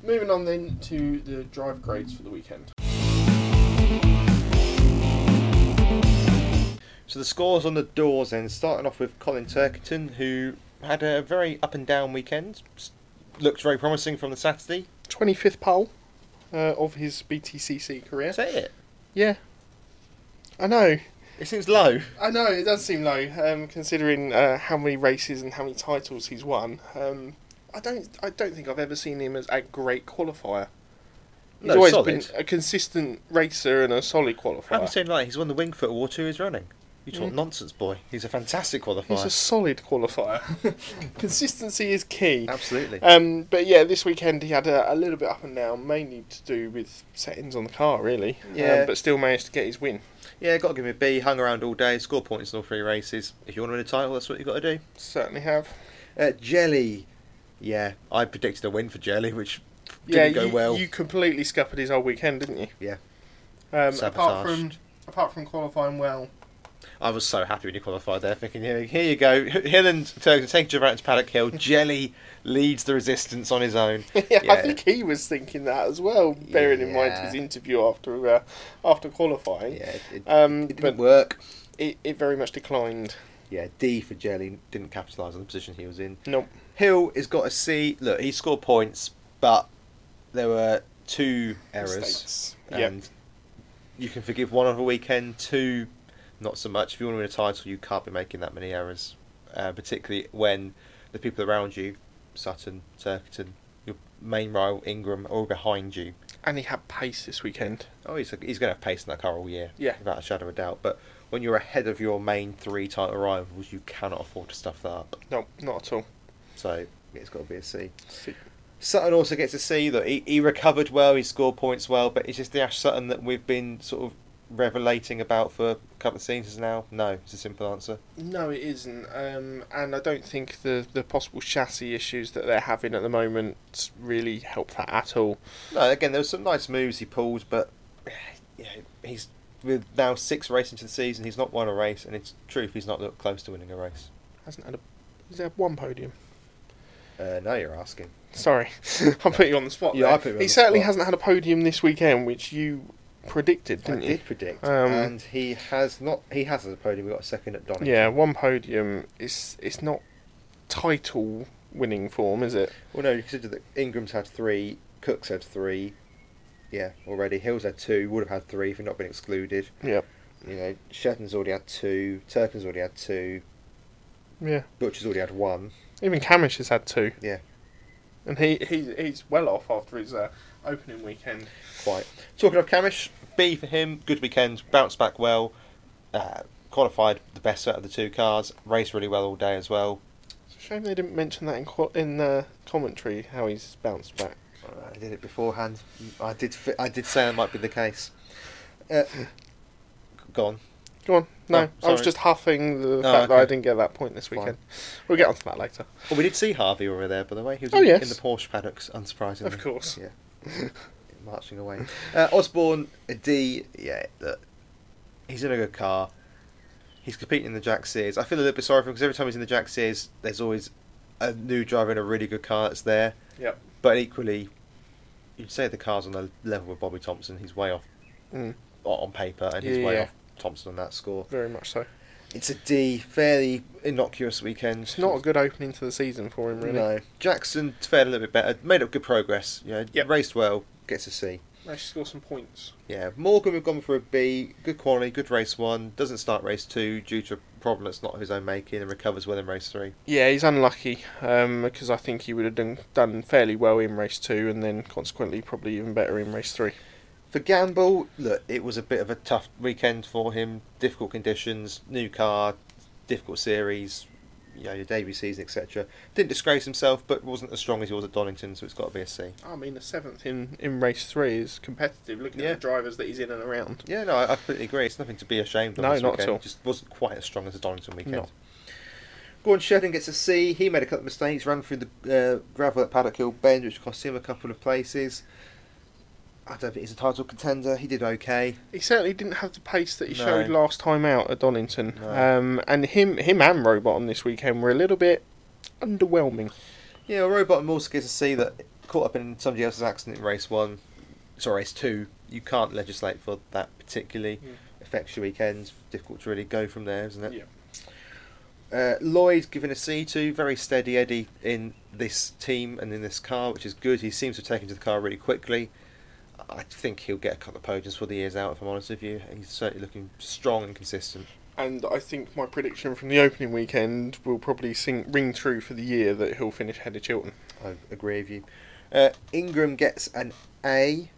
[SPEAKER 2] Moving on then to the drive grades for the weekend.
[SPEAKER 1] So the scores on the doors then, starting off with Colin Turkington, who had a very up and down weekend. S- Looked very promising from the Saturday.
[SPEAKER 2] Twenty fifth pole uh, of his BTCC career.
[SPEAKER 1] Is that it?
[SPEAKER 2] Yeah. I know.
[SPEAKER 1] It seems low.
[SPEAKER 2] I know, it does seem low, um, considering uh, how many races and how many titles he's won. Um, I don't I don't think I've ever seen him as a great qualifier. He's
[SPEAKER 1] No,
[SPEAKER 2] always
[SPEAKER 1] solid.
[SPEAKER 2] been a consistent racer and a solid qualifier.
[SPEAKER 1] Haven't seen like he's won the Wingfoot Award two years running. You talk
[SPEAKER 2] Mm.
[SPEAKER 1] nonsense, boy. He's a fantastic
[SPEAKER 2] He's
[SPEAKER 1] qualifier.
[SPEAKER 2] a solid qualifier. Consistency is key.
[SPEAKER 1] Absolutely.
[SPEAKER 2] Um, but yeah, this weekend he had a, a little bit up and down, mainly to do with settings on the car, really.
[SPEAKER 1] Yeah.
[SPEAKER 2] Um, but still managed to get his win.
[SPEAKER 1] yeah, got to give him a B. Hung around all day, scored points in all three races. If you want to win a title, that's what you got to do.
[SPEAKER 2] Certainly have.
[SPEAKER 1] Uh, Jelly. Yeah, I predicted a win for Jelly, which didn't go
[SPEAKER 2] you,
[SPEAKER 1] well.
[SPEAKER 2] you completely scuppered his whole weekend, didn't you?
[SPEAKER 1] Yeah.
[SPEAKER 2] Um,
[SPEAKER 1] Sabotaged.
[SPEAKER 2] apart from apart from qualifying well,
[SPEAKER 1] I was so happy when he qualified there, thinking, here, here you go. Hill and Turkey take Geraint to Paddock Hill. Jelly leads the resistance on his own.
[SPEAKER 2] yeah, I think he was thinking that as well, bearing in mind
[SPEAKER 1] Yeah.
[SPEAKER 2] his interview after uh, after qualifying.
[SPEAKER 1] Yeah, it, it,
[SPEAKER 2] Um,
[SPEAKER 1] it didn't
[SPEAKER 2] but
[SPEAKER 1] work.
[SPEAKER 2] it, it very much declined.
[SPEAKER 1] Yeah, D for Jelly didn't capitalise on the position he was in.
[SPEAKER 2] Nope.
[SPEAKER 1] Hill has got a C. Look, he scored points, but there were two errors. Um,
[SPEAKER 2] Mistakes. Yep.
[SPEAKER 1] And you can forgive one over a weekend, two, not so much. If you want to win a title, you can't be making that many errors, uh, particularly when the people around you, Sutton, Turkerton, your main rival Ingram, are all behind you.
[SPEAKER 2] And he had pace this weekend.
[SPEAKER 1] Oh, he's, he's going to have pace in that car all year,
[SPEAKER 2] Yeah.
[SPEAKER 1] without a shadow of a doubt. But when you're ahead of your main three title rivals, you cannot afford to stuff that up.
[SPEAKER 2] Nope, not at all.
[SPEAKER 1] So it's got to be a C.
[SPEAKER 2] See-
[SPEAKER 1] Sutton also gets to see that he, he recovered well, he scored points well, but it's just the Ash Sutton that we've been sort of revelating about for a couple of seasons now. No, it's a simple answer.
[SPEAKER 2] No, it isn't, um, and I don't think the, the possible chassis issues that they're having at the moment really help that at all.
[SPEAKER 1] No, again, there were some nice moves he pulled, but yeah, he's with now six races into the season, he's not won a race, and it's truth, he's not looked close to winning a race.
[SPEAKER 2] Hasn't had a he's had one podium.
[SPEAKER 1] Uh, now you're asking.
[SPEAKER 2] Sorry, I put you on the spot.
[SPEAKER 1] Yeah,
[SPEAKER 2] there.
[SPEAKER 1] I put you on
[SPEAKER 2] He
[SPEAKER 1] the
[SPEAKER 2] certainly
[SPEAKER 1] spot.
[SPEAKER 2] hasn't had a podium this weekend, which you predicted,
[SPEAKER 1] I
[SPEAKER 2] didn't you?
[SPEAKER 1] did predict,
[SPEAKER 2] Um,
[SPEAKER 1] and he has not. He has a podium. We got a second at Donington.
[SPEAKER 2] Yeah, one podium. It's it's not title winning form, is it?
[SPEAKER 1] Well, no, you consider that Ingram's had three, Cook's had three, yeah, already. Hill's had two, would have had three if he'd not been excluded.
[SPEAKER 2] Yep.
[SPEAKER 1] You know, Shetton's already had two, Turkin's already had two,
[SPEAKER 2] Yeah.
[SPEAKER 1] Butcher's already had one.
[SPEAKER 2] Even Camish has had two.
[SPEAKER 1] Yeah.
[SPEAKER 2] And he, he he's well off after his uh, opening weekend.
[SPEAKER 1] Quite. Talking of Camish, B for him, good weekend, bounced back well, uh, qualified the best out of the two cars, raced really well all day as well.
[SPEAKER 2] It's a shame they didn't mention that in qu- in the commentary how he's bounced back.
[SPEAKER 1] Uh, I did it beforehand. I did. Fi- I did say that might be the case. Uh, gone.
[SPEAKER 2] Go on. No,
[SPEAKER 1] Oh,
[SPEAKER 2] I was
[SPEAKER 1] sorry.
[SPEAKER 2] just huffing the
[SPEAKER 1] Oh,
[SPEAKER 2] fact that I
[SPEAKER 1] okay.
[SPEAKER 2] didn't get that point this
[SPEAKER 1] Fine.
[SPEAKER 2] weekend. We'll get onto that later.
[SPEAKER 1] Well, Oh, we did see Harvey over there, by the way. He was
[SPEAKER 2] Oh,
[SPEAKER 1] in,
[SPEAKER 2] yes.
[SPEAKER 1] in the Porsche paddocks, unsurprisingly.
[SPEAKER 2] Of course.
[SPEAKER 1] Yeah. Marching away. Uh, Osborne, a D, yeah, look, he's in a good car. He's competing in the Jack Sears. I feel a little bit sorry for him because every time he's in the Jack Sears, there's always a new driver in a really good car that's there.
[SPEAKER 2] Yep.
[SPEAKER 1] But equally, you'd say the car's on the level with Bobby Thompson. He's way off
[SPEAKER 2] Mm,
[SPEAKER 1] on paper and he's way
[SPEAKER 2] Yeah.
[SPEAKER 1] off Thompson on that score.
[SPEAKER 2] very much so.
[SPEAKER 1] It's a D, fairly innocuous weekend.
[SPEAKER 2] It's not a good opening to the season for him, really.
[SPEAKER 1] No. Jackson fared a little bit better, made up good progress. You know,
[SPEAKER 2] Yep.
[SPEAKER 1] raced well, gets a C.
[SPEAKER 2] They should score some points.
[SPEAKER 1] Yeah, Morgan we've gone for a B. Good quality, good race one. Doesn't start race two due to a problem that's not his own making, and recovers well in race three.
[SPEAKER 2] Yeah, he's unlucky um, because I think he would have done, done fairly well in race two and then consequently probably even better in race three.
[SPEAKER 1] For Gamble, look, it was a bit of a tough weekend for him. Difficult conditions, new car, difficult series, you know, your debut season, etc. Didn't disgrace himself, but wasn't as strong as he was at Donington, so it's got to be a C.
[SPEAKER 2] I mean, the seventh in, in race three is competitive looking
[SPEAKER 1] Yeah.
[SPEAKER 2] at the drivers that he's in and around.
[SPEAKER 1] Yeah, no, I I completely agree. It's nothing to be ashamed of.
[SPEAKER 2] No,
[SPEAKER 1] this
[SPEAKER 2] not at
[SPEAKER 1] weekend.
[SPEAKER 2] all.
[SPEAKER 1] It just wasn't quite as strong as the Donington weekend.
[SPEAKER 2] No.
[SPEAKER 1] Gordon Sheridan gets a C. He made a couple of mistakes, ran through the uh, gravel at Paddock Hill Bend, which cost him a couple of places. I don't think he's a title contender. He did okay.
[SPEAKER 2] He certainly didn't have the pace that he
[SPEAKER 1] No.
[SPEAKER 2] showed last time out at Donington.
[SPEAKER 1] No.
[SPEAKER 2] Um, and him, him and Robot on this weekend were a little bit underwhelming.
[SPEAKER 1] Yeah, well, Robot and Morse gets a C that caught up in somebody else's accident in race one, sorry, race two. You can't legislate for that particularly.
[SPEAKER 2] Mm.
[SPEAKER 1] Affects your weekends. Difficult to really go from there, isn't it?
[SPEAKER 2] Yeah.
[SPEAKER 1] Uh, Lloyd given a C two, very steady Eddie in this team and in this car, which is good. He seems to have taken to the car really quickly. I think he'll get a couple of podiums for the years out. If I'm honest with you, he's certainly looking strong and consistent.
[SPEAKER 2] And I think my prediction from the opening weekend will probably sing, ring true for the year that he'll finish head of Chilton.
[SPEAKER 1] I agree with you. Uh, Ingram gets an A.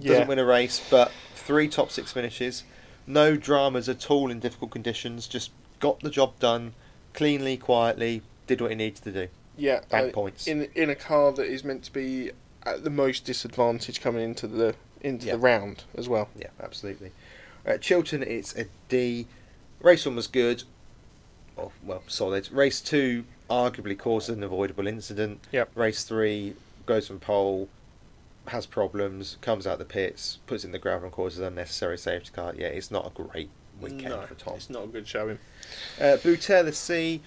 [SPEAKER 1] Doesn't win a race, but three top six finishes. No dramas at all in difficult conditions. Just got the job done cleanly, quietly. Did what he needs to do.
[SPEAKER 2] yeah,
[SPEAKER 1] Bad
[SPEAKER 2] uh,
[SPEAKER 1] points.
[SPEAKER 2] in in a car that is meant to be at the most disadvantage coming into the into
[SPEAKER 1] Yeah.
[SPEAKER 2] the round as well.
[SPEAKER 1] Yeah, absolutely. Uh, Chilton, it's a D. Race one was good. Oh, well, solid. Race two arguably caused an avoidable incident.
[SPEAKER 2] Yep.
[SPEAKER 1] Race three goes from pole, has problems, comes out the pits, puts in the gravel and causes unnecessary safety car. Yeah, it's not a great weekend
[SPEAKER 2] no,
[SPEAKER 1] for Tom.
[SPEAKER 2] It's not a good showing.
[SPEAKER 1] Uh, Butella C,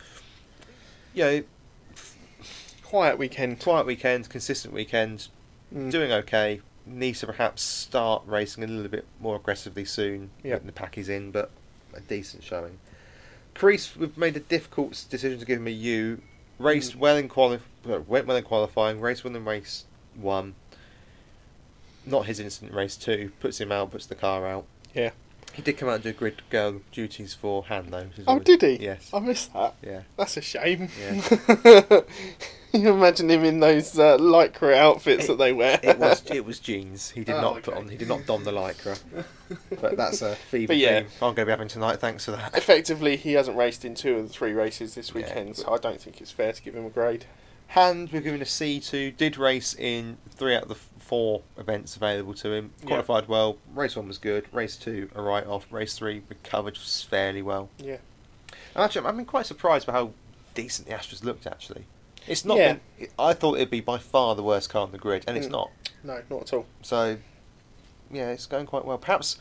[SPEAKER 1] you know,
[SPEAKER 2] Quiet weekend.
[SPEAKER 1] quiet weekend, consistent weekend,
[SPEAKER 2] Mm.
[SPEAKER 1] doing okay. Needs to perhaps start racing a little bit more aggressively soon
[SPEAKER 2] Yep.
[SPEAKER 1] when the pack is in, but a decent showing. Crease, we've made a difficult s- decision to give him a U. Raced
[SPEAKER 2] Mm.
[SPEAKER 1] well in quali- uh, went well in qualifying, raced well in race one. Not his incident, race two. Puts him out, puts the car out.
[SPEAKER 2] Yeah.
[SPEAKER 1] He did come out and do grid girl duties for Han though. which is
[SPEAKER 2] Oh,
[SPEAKER 1] always-
[SPEAKER 2] did he?
[SPEAKER 1] Yes.
[SPEAKER 2] I missed that.
[SPEAKER 1] Yeah.
[SPEAKER 2] That's a shame.
[SPEAKER 1] Yeah.
[SPEAKER 2] you imagine him in those uh, lycra outfits
[SPEAKER 1] It-
[SPEAKER 2] that they wear.
[SPEAKER 1] It was it was jeans. He did
[SPEAKER 2] Oh,
[SPEAKER 1] not put
[SPEAKER 2] okay.
[SPEAKER 1] on. He did not don the lycra. But that's a fever
[SPEAKER 2] But yeah.
[SPEAKER 1] dream I'm going to be having tonight. Thanks for that.
[SPEAKER 2] Effectively, he hasn't raced in two of the three races this
[SPEAKER 1] Yeah.
[SPEAKER 2] weekend, so I don't think it's fair to give him a grade.
[SPEAKER 1] Hand, we're giving a C to. Did race in three out of the f- four events available to him.
[SPEAKER 2] Yeah.
[SPEAKER 1] Qualified well. Race one was good. Race two, a write off. Race three, recovered fairly well.
[SPEAKER 2] Yeah.
[SPEAKER 1] And actually, I've been quite surprised by how decent the Astros looked. Actually, it's not.
[SPEAKER 2] Yeah.
[SPEAKER 1] Been, I thought it'd be by far the worst car on the grid, and it's
[SPEAKER 2] Mm.
[SPEAKER 1] not.
[SPEAKER 2] No, not at all.
[SPEAKER 1] So, yeah, it's going quite well. Perhaps,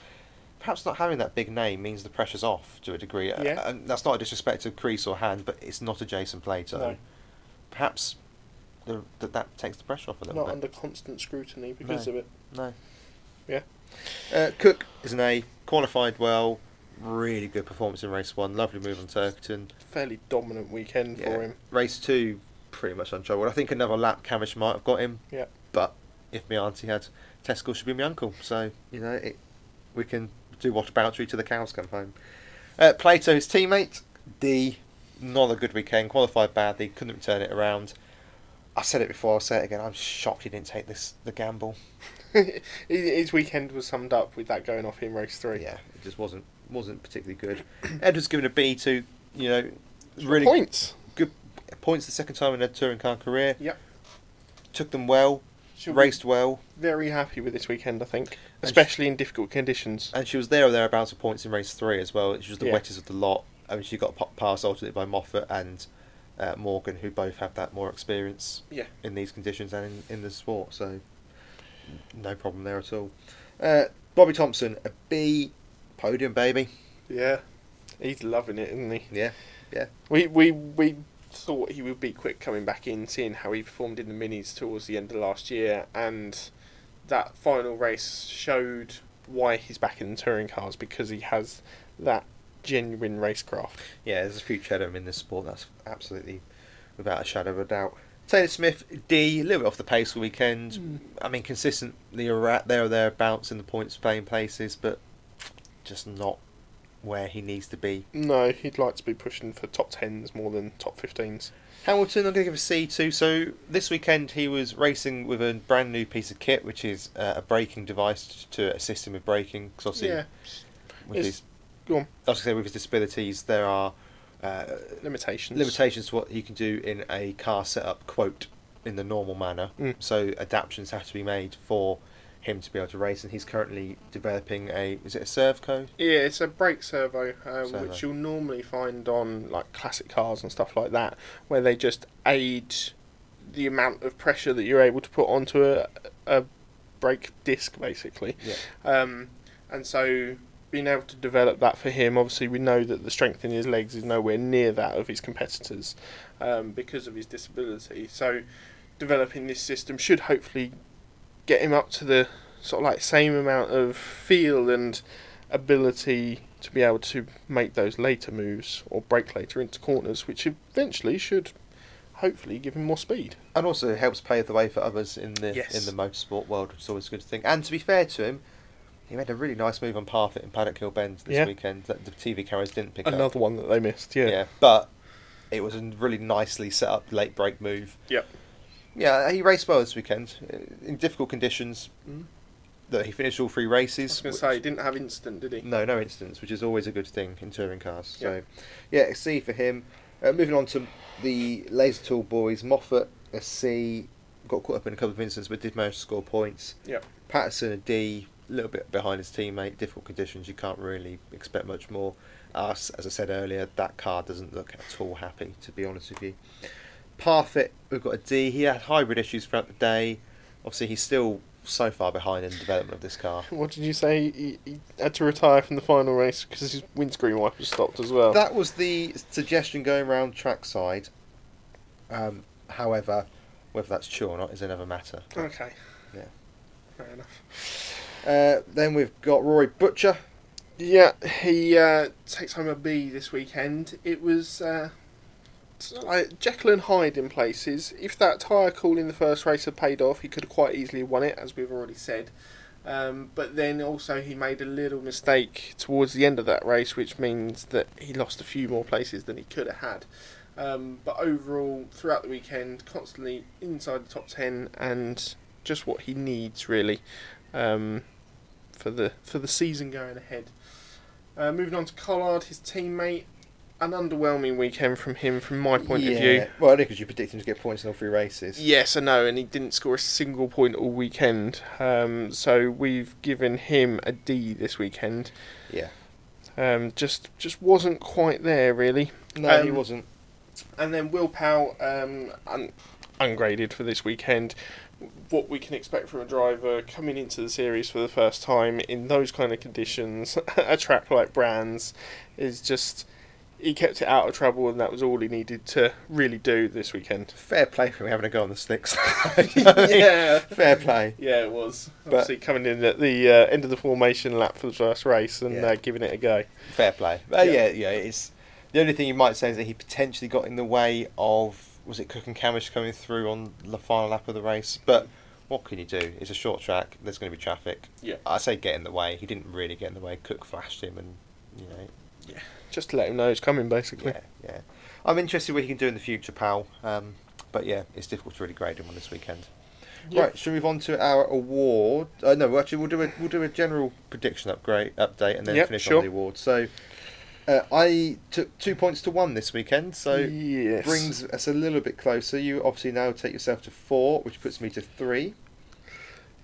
[SPEAKER 1] perhaps not having that big name means the pressure's off to a degree. Uh,
[SPEAKER 2] Yeah.
[SPEAKER 1] And that's not a disrespect to Crease or Hand, but it's not a Jason Plato.
[SPEAKER 2] No.
[SPEAKER 1] Perhaps the, that that takes the pressure off a little
[SPEAKER 2] Not under
[SPEAKER 1] bit.
[SPEAKER 2] constant scrutiny because
[SPEAKER 1] No.
[SPEAKER 2] of it.
[SPEAKER 1] No.
[SPEAKER 2] Yeah.
[SPEAKER 1] Uh, Cook is an A. Qualified well. Really good performance in race one. Lovely move on Turkerton.
[SPEAKER 2] Fairly dominant weekend
[SPEAKER 1] Yeah.
[SPEAKER 2] for him.
[SPEAKER 1] Race two, pretty much untroubled. I think another lap Cavish might have got him.
[SPEAKER 2] Yeah.
[SPEAKER 1] But if my auntie had Tesco, should be my uncle. So you know, it, we can do whataboutery till the cows come home. Uh, Plato, his teammate, D, not a good weekend. Qualified badly, couldn't return it around. I said it before. I'll say it again. I'm shocked he didn't take this the gamble.
[SPEAKER 2] His- His weekend was summed up with that going off in race three.
[SPEAKER 1] Yeah, it just wasn't wasn't particularly good. Ed was given a B to you know really
[SPEAKER 2] Points.
[SPEAKER 1] good points the second time in their touring car career.
[SPEAKER 2] Yep.
[SPEAKER 1] Took them well.
[SPEAKER 2] She'll be
[SPEAKER 1] raced well,
[SPEAKER 2] Very happy with this weekend, I think,
[SPEAKER 1] And sh-
[SPEAKER 2] especially in difficult conditions.
[SPEAKER 1] and she was there or thereabouts of points in race three as well. She was the
[SPEAKER 2] Yeah.
[SPEAKER 1] wettest of the lot. I mean, she got pa- passed ultimately by Moffat and uh, Morgan, who both have that more experience
[SPEAKER 2] Yeah.
[SPEAKER 1] in these conditions and in, in the sport. So no problem there at all. Uh, Bobby Thompson, a B podium baby.
[SPEAKER 2] Yeah, he's loving it, isn't he?
[SPEAKER 1] Yeah, yeah.
[SPEAKER 2] We we we thought he would be quick coming back in, seeing how he performed in the minis towards the end of last year, and that final race showed why he's back in the touring cars because he has that genuine racecraft.
[SPEAKER 1] Yeah, there's a few cheddar in this sport. That's absolutely without a shadow of a doubt. Taylor Smith, D, a little bit off the pace for the weekend. I mean, consistently around there or thereabouts in the points playing places, but just not where he needs to be.
[SPEAKER 2] No, he'd like to be pushing for top tens more than top fifteens.
[SPEAKER 1] Hamilton, I'm going to give a C too. So this weekend he was racing with a brand new piece of kit, which is uh, a braking device t- to assist him with braking. 'cause obviously, with
[SPEAKER 2] it's-
[SPEAKER 1] his,
[SPEAKER 2] go
[SPEAKER 1] I
[SPEAKER 2] on.
[SPEAKER 1] was going to say with his disabilities, there are uh,
[SPEAKER 2] Limitations.
[SPEAKER 1] limitations to what you can do in a car setup quote in the normal manner.
[SPEAKER 2] Mm.
[SPEAKER 1] So adaptions have to be made for him to be able to race, and he's currently developing a is it a serve code?
[SPEAKER 2] Yeah, it's a brake servo, uh,
[SPEAKER 1] Servo.
[SPEAKER 2] which you'll normally find on like classic cars and stuff like that, where they just aid the amount of pressure that you're able to put onto a, a brake disc, basically.
[SPEAKER 1] Yeah.
[SPEAKER 2] Um, and so being able to develop that for him, obviously, we know that the strength in his legs is nowhere near that of his competitors um, because of his disability. So developing this system should hopefully get him up to the sort of like same amount of feel and ability to be able to make those later moves or break later into corners, which eventually should hopefully give him more speed.
[SPEAKER 1] And also it helps pave the way for others in the
[SPEAKER 2] Yes.
[SPEAKER 1] in the motorsport world, which is always a good thing. And to be fair to him, he made a really nice move on Parfit and Paddock Hill Bend this
[SPEAKER 2] Yeah.
[SPEAKER 1] weekend that the TV cameras didn't pick up.
[SPEAKER 2] Another one that they missed, yeah.
[SPEAKER 1] Yeah. but it was a really nicely set up late break move.
[SPEAKER 2] Yep.
[SPEAKER 1] Yeah, he raced well this weekend uh, in difficult conditions.
[SPEAKER 2] Mm.
[SPEAKER 1] That he finished all three
[SPEAKER 2] I
[SPEAKER 1] races.
[SPEAKER 2] was going to
[SPEAKER 1] which-
[SPEAKER 2] say, he didn't have instant, did he?
[SPEAKER 1] No, no incidents, which is always a good thing in touring cars. So, yeah, a C for him. Uh, moving on to the Laser Tool boys, Moffat a C. Got caught up in a couple of incidents, but did manage to score points.
[SPEAKER 2] Yep.
[SPEAKER 1] Patterson a D, a little bit behind his teammate. Difficult conditions. You can't really expect much more. Us, as I said earlier, that car doesn't look at all happy. To be honest with you, Parfit, we've got a D. He had hybrid issues throughout the day. Obviously, he's still so far behind in the development of this car.
[SPEAKER 2] What did you say? He, he had to retire from the final race because his windscreen wipers stopped as well.
[SPEAKER 1] That was the suggestion going around trackside. Um, however, whether that's true or not is another matter.
[SPEAKER 2] okay.
[SPEAKER 1] Yeah.
[SPEAKER 2] Fair enough.
[SPEAKER 1] Uh, then we've got Rory Butcher.
[SPEAKER 2] Yeah, he uh, takes home a B this weekend. It was uh, it's like Jekyll and Hyde in places. If that tyre call in the first race had paid off, he could have quite easily won it, as we've already said. Um, but then also he made a little mistake towards the end of that race, which means that he lost a few more places than he could have had. Um, but overall, throughout the weekend, constantly inside the top ten and just what he needs really um, for the for the season going ahead. Uh, moving on to Collard, his teammate. An underwhelming weekend from him, from my point of view.
[SPEAKER 1] Well, because you predict him to get points in all three races.
[SPEAKER 2] Yes, I know, and he didn't score a single point all weekend. Um, so we've given him a D this weekend.
[SPEAKER 1] Yeah.
[SPEAKER 2] Um, just just wasn't quite there really.
[SPEAKER 1] No, he
[SPEAKER 2] Um,
[SPEAKER 1] wasn't.
[SPEAKER 2] And then Will Powell, um, un- ungraded for this weekend. What we can expect from a driver coming into the series for the first time in those kind of conditions, a track like Brands, is just he kept it out of trouble, and that was all he needed to really do this weekend.
[SPEAKER 1] Fair play for him having a go on the sticks.
[SPEAKER 2] Yeah.
[SPEAKER 1] Fair play.
[SPEAKER 2] Yeah, it was.
[SPEAKER 1] But-
[SPEAKER 2] Obviously, coming in at the uh, end of the formation lap for the first race and
[SPEAKER 1] Yeah.
[SPEAKER 2] uh, giving it a go.
[SPEAKER 1] Fair play. But
[SPEAKER 2] Yeah.
[SPEAKER 1] yeah. yeah, It's the only thing you might say is that he potentially got in the way of was it Cook and Camish coming through on the final lap of the race. But what can you do? It's a short track. There's going to be traffic.
[SPEAKER 2] Yeah.
[SPEAKER 1] I say get in the way. He didn't really get in the way. Cook flashed him, and you know,
[SPEAKER 2] Just to let him know it's coming, basically.
[SPEAKER 1] yeah, yeah. I'm interested what he can do in the future, pal. Um, but yeah, it's difficult to really grade him on this weekend.
[SPEAKER 2] Yeah.
[SPEAKER 1] Right, should we move on to our award? Uh, no, actually, we'll do a we'll do a general prediction upgrade update and then
[SPEAKER 2] Yep,
[SPEAKER 1] finish
[SPEAKER 2] sure.
[SPEAKER 1] on the award. So, uh, I took two points to one this weekend, so
[SPEAKER 2] yes.
[SPEAKER 1] brings us a little bit closer. You obviously now take yourself to four, which puts me to three.